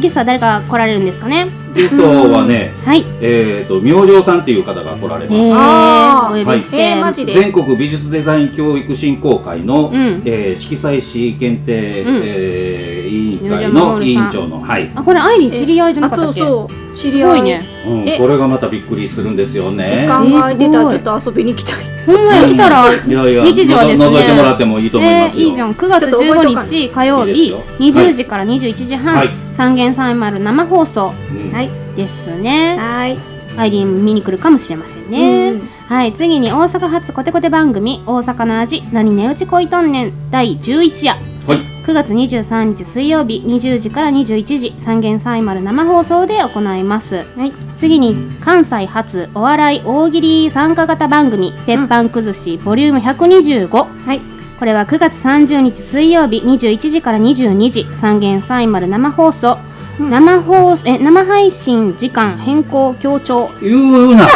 Speaker 4: ゲストは誰が来られるんですかね
Speaker 3: ゲストはね、
Speaker 4: はい、
Speaker 3: えー、と明星さんっていう方が来られ
Speaker 4: え
Speaker 3: ます、
Speaker 1: あ
Speaker 4: ー、
Speaker 1: ー
Speaker 4: お呼びして、
Speaker 1: えーマジで
Speaker 3: 全国美術デザイン教育振興会の、
Speaker 4: うん
Speaker 3: えー色彩師検定、
Speaker 4: うん
Speaker 3: えー委員
Speaker 4: 明星
Speaker 3: 会
Speaker 4: マホ
Speaker 3: の
Speaker 4: ル
Speaker 3: 委
Speaker 4: さん
Speaker 3: 員長のはい、
Speaker 4: あこれアイリン知り合いじゃな
Speaker 1: あ
Speaker 4: かったっ
Speaker 1: そう
Speaker 4: け
Speaker 1: そう知
Speaker 4: す
Speaker 1: り合
Speaker 4: ごいね
Speaker 3: うん
Speaker 1: え
Speaker 3: これがまたびっくりするんですよね
Speaker 1: 時
Speaker 4: 間
Speaker 1: 間が空いてた
Speaker 4: えー
Speaker 1: ら
Speaker 4: す
Speaker 1: ちょっと遊びに来たい。
Speaker 4: ほんまや来たら
Speaker 3: いやいや
Speaker 4: 日常ですね
Speaker 3: のぞ覗いてもらってもいいと思い
Speaker 4: え
Speaker 3: ま
Speaker 4: ー
Speaker 3: すよ、
Speaker 4: いいじゃん9月15日火曜
Speaker 3: いい
Speaker 4: 日
Speaker 3: ですよ
Speaker 4: 20時から21時半、
Speaker 3: はい
Speaker 4: 三元三丸生放送
Speaker 3: うん
Speaker 1: はい
Speaker 4: ですね
Speaker 1: はい。
Speaker 4: アイリン見に来るかもしれませんね、
Speaker 1: うん
Speaker 4: はい次に大阪発コテコテ番組「大阪の味何値打ち恋とんねん」第11夜
Speaker 3: はい
Speaker 4: 9月23日水曜日20時から21時三元三丸生放送で行います、はい、次に関西発お笑い大喜利参加型番組「鉄板崩し、ボリューム125、はいこれは9月30日水曜日21時から22時三元三丸生放送、
Speaker 1: うん
Speaker 4: 生放え生配信時間変更強調
Speaker 3: 言
Speaker 4: <laughs>
Speaker 3: うな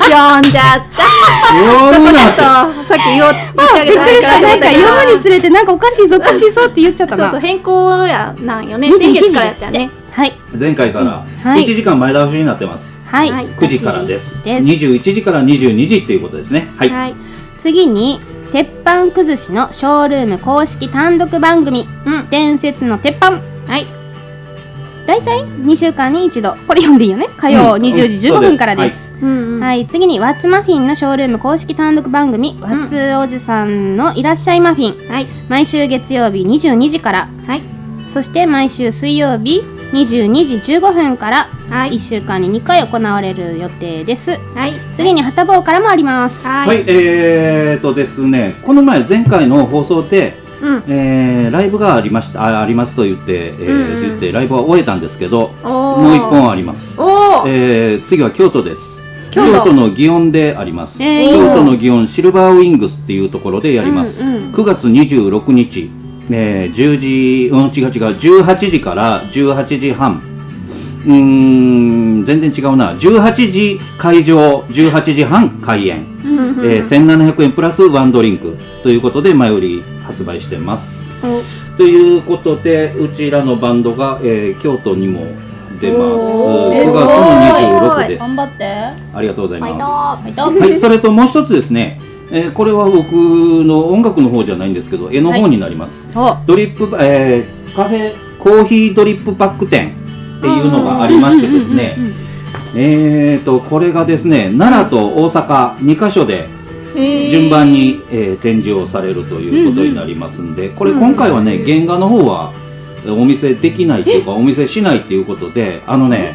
Speaker 1: 読んじゃった。
Speaker 3: 言うなって
Speaker 1: そう、さっき言おう。
Speaker 4: あびっくりしたなんか読むに
Speaker 1: つ
Speaker 4: つれてなんかおかしいぞおかしいぞって言っちゃった
Speaker 1: そう
Speaker 4: な
Speaker 1: そう、変更やなんよね。
Speaker 4: 21
Speaker 1: 先月からやったよ
Speaker 4: で
Speaker 1: ね。
Speaker 4: はい
Speaker 3: 前回から
Speaker 4: はい
Speaker 3: 1時間前倒しになってます、
Speaker 4: はい、
Speaker 1: はい
Speaker 3: 9時からです
Speaker 4: です
Speaker 3: 21時から22時っていうことですねはい、
Speaker 1: はい。
Speaker 4: 次に鉄板崩しのショールーム公式単独番組「伝説の鉄板」はい大体2週間に一度これ読んでいいよね火曜
Speaker 3: うん
Speaker 4: 20時15分からです、
Speaker 5: うんうん
Speaker 4: はい次にワッツマフィンのショールーム公式単独番組「ワッツおじさんのいらっしゃいマフィン」
Speaker 5: はい
Speaker 4: 毎週月曜日22時から、
Speaker 5: はい
Speaker 4: そして毎週水曜日22時15分から
Speaker 5: はい
Speaker 4: 1週間に2回行われる予定です
Speaker 5: はい
Speaker 4: 次にハタボーからもあります
Speaker 5: は
Speaker 3: はいい、えーとですね、この前、前回の放送で、
Speaker 5: うん
Speaker 3: えーライブがありましたあありますと言って、えー
Speaker 5: うんうん
Speaker 3: 言ってライブは終えたんですけど、
Speaker 5: おー
Speaker 3: もう一本あります。
Speaker 5: おー
Speaker 3: えー次は京都です。
Speaker 5: 京
Speaker 3: 京
Speaker 5: 都
Speaker 3: 都の祇園であります。
Speaker 4: えー
Speaker 3: 京都の祇園シルバーウィングスっていうところでやります。
Speaker 5: うんうん
Speaker 3: 9月26日、えー10時、うん、違う違う、18時から18時半。うーん、全然違うな。18時会場、18時半開演。えー1700円プラスワンドリンクということで前売り発売してます。ということでうちらのバンドが、えー京都にも出ます
Speaker 5: おー
Speaker 3: 9月の26です
Speaker 9: 頑張って
Speaker 3: ありがとうござい
Speaker 5: ファイト
Speaker 3: ま
Speaker 9: バイト
Speaker 3: す、はい、それともう一つですね、えーこれは僕の音楽の方じゃないんですけど絵の方になります、
Speaker 4: お
Speaker 3: ドリップ、えーカフェコーヒードリップバック店っていうのがありましてですねえーとこれがですね奈良と大阪2カ所で順番に、えー展示をされるということになりますんで、これ今回はね、原画の方はえーお見せできないというかお見せしないということであのね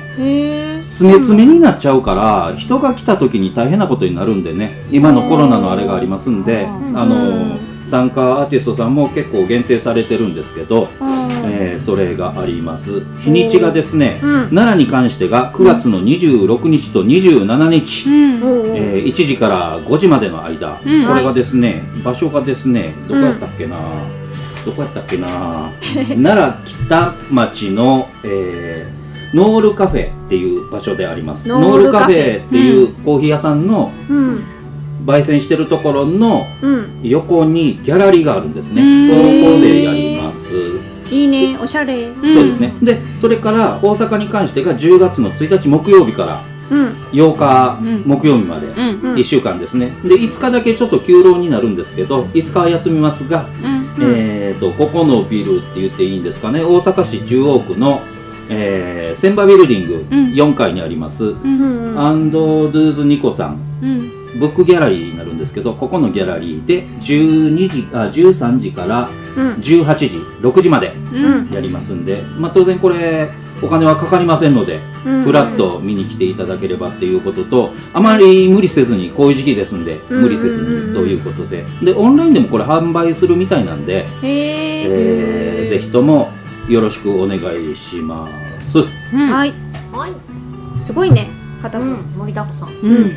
Speaker 3: 詰め詰めになっちゃうから人が来た時に大変なことになるんでね今のコロナのあれがありますんであのー参加アーティストさんも結構限定されてるんですけど、えーそれがあります日にちがですね、奈良に関してが9月の26日と27日、
Speaker 4: うん
Speaker 3: えー1時から5時までの間、
Speaker 4: うん
Speaker 3: これがですね、場所がですねどこやったっけな、どこやったっけな奈良北町の、えーノールカフェっていう場所でありますノールカフェっていうコーヒー屋さんの、焙煎してるところの
Speaker 1: うん
Speaker 3: 横にギャラリーがあるんですね、
Speaker 4: うん
Speaker 3: そこでやります
Speaker 1: いいねおしゃれ
Speaker 3: そうですね。で、それから大阪に関してが10月の1日木曜日から
Speaker 1: うん
Speaker 3: 8日
Speaker 4: うん
Speaker 3: 木曜日まで
Speaker 4: うんうん
Speaker 1: うん
Speaker 3: 1週間ですね。で、5日だけちょっと休労になるんですけど、5日は休みますが、
Speaker 4: うん
Speaker 3: えっと、ここのビルって言っていいんですかね、大阪市中央区の、えー、千葉ビルディング
Speaker 4: うん
Speaker 3: 4階にあります、
Speaker 1: うん
Speaker 3: アンドドゥーズニコさん、
Speaker 4: うん
Speaker 3: ブックギャラリーになるんですけど、ここのギャラリーで12時、あ、13時から
Speaker 1: うん
Speaker 3: 18時、6時まで。
Speaker 4: うん
Speaker 3: やりますんで、まあ、当然これお金はかかりませんので、
Speaker 1: うん
Speaker 3: ふらっと見に来ていただければっていうこととあまり無理せずにこういう時期ですんで
Speaker 1: うん
Speaker 3: 無理せずにということででオンラインでもこれ販売するみたいなんで、
Speaker 1: へ
Speaker 3: えーぜひともよろしくお願いします
Speaker 4: うん
Speaker 1: はい
Speaker 7: はい、
Speaker 1: すごいね片
Speaker 7: う
Speaker 1: 方
Speaker 7: ん、盛りだくさん、うん
Speaker 4: うん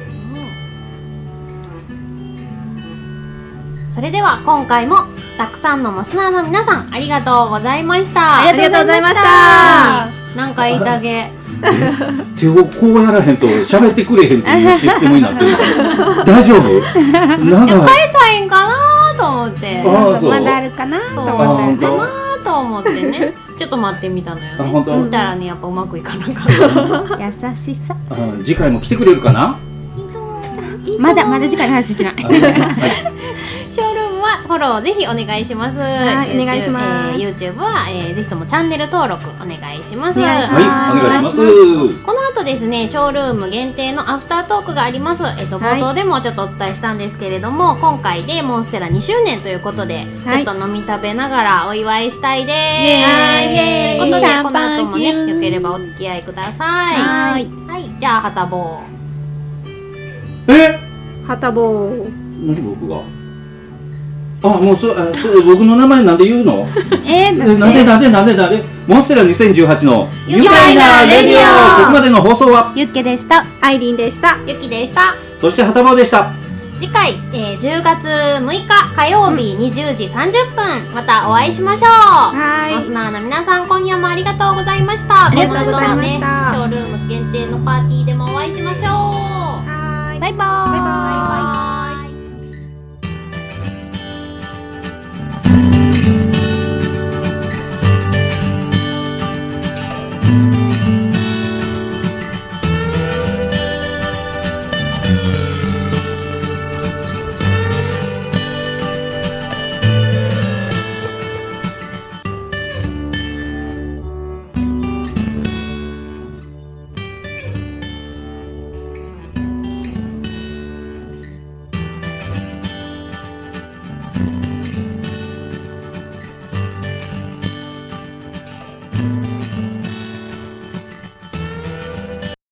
Speaker 7: それでは今回もたくさんのマスナーの皆さんありがとうございました
Speaker 4: ありがとうございました
Speaker 7: なんか言いたげ
Speaker 3: 手をこうやらへんと喋ってくれへんっていうシステムになって
Speaker 1: <laughs>
Speaker 3: る大丈夫なんか
Speaker 7: たいんかなと思って
Speaker 3: ああそう
Speaker 4: まだあるかなと
Speaker 7: そう
Speaker 4: 思っ
Speaker 3: あ
Speaker 4: た
Speaker 3: 本当
Speaker 7: かなと思って
Speaker 1: <laughs>
Speaker 7: ねちょっと待ってみたのよ
Speaker 3: あ
Speaker 7: ね
Speaker 3: 本当
Speaker 7: そしたらねやっぱうまくいかなか
Speaker 1: <laughs>
Speaker 7: った
Speaker 4: 優しさ
Speaker 3: あ次回も来てくれるか
Speaker 1: <laughs>
Speaker 3: な
Speaker 4: まだまだ次回の話してない
Speaker 3: あはい
Speaker 7: ショールームはフォローぜひお願いします。
Speaker 1: はいお願いしま
Speaker 7: YouTube,、え
Speaker 1: す
Speaker 7: ー YouTube は、えーぜひともチャンネル登録お願いします。
Speaker 1: お願いします
Speaker 3: はい、お願いします。
Speaker 7: この後ですね、ショールーム限定のアフタートークがあります。えっ、と、
Speaker 1: はい
Speaker 7: 冒頭でもちょっとお伝えしたんですけれども、今回でモンステラ2周年ということで、
Speaker 1: はい
Speaker 7: ちょっと飲み食べながらお祝いしたいです。
Speaker 4: エーイ
Speaker 7: ということで、
Speaker 4: シャ
Speaker 7: こ
Speaker 4: ン
Speaker 7: の
Speaker 4: パン
Speaker 7: 後も
Speaker 4: キュ
Speaker 7: ね、
Speaker 4: ー
Speaker 7: よければお付き合いください。
Speaker 4: はー
Speaker 7: はい、じゃあ、はたぼう。
Speaker 3: え、
Speaker 1: はたぼう
Speaker 3: 何僕が。あ、もうそ、あそ僕の名前なんで言うの？
Speaker 4: え
Speaker 3: え
Speaker 4: ー、 <laughs>
Speaker 3: なんでなんでなんでなんで？モンステラ2018の
Speaker 7: 愉快なレディオ
Speaker 3: ここまでの放送は、
Speaker 4: ゆっけでした
Speaker 1: アイリンでした
Speaker 7: ゆきでした。
Speaker 3: そして旗棒でした。
Speaker 7: 次回、えー10月6日火曜日20時30分、またお会いしましょう
Speaker 1: は
Speaker 7: リ
Speaker 1: ー
Speaker 7: ス
Speaker 1: い
Speaker 7: ナーの皆さん今夜もありがとうございましたあ
Speaker 1: りがとうございました
Speaker 7: ショールーム限定のパーティーでもお会いしましょう
Speaker 1: はーい
Speaker 7: バイバーイ
Speaker 1: バイバーイ
Speaker 7: バイバイ
Speaker 10: 「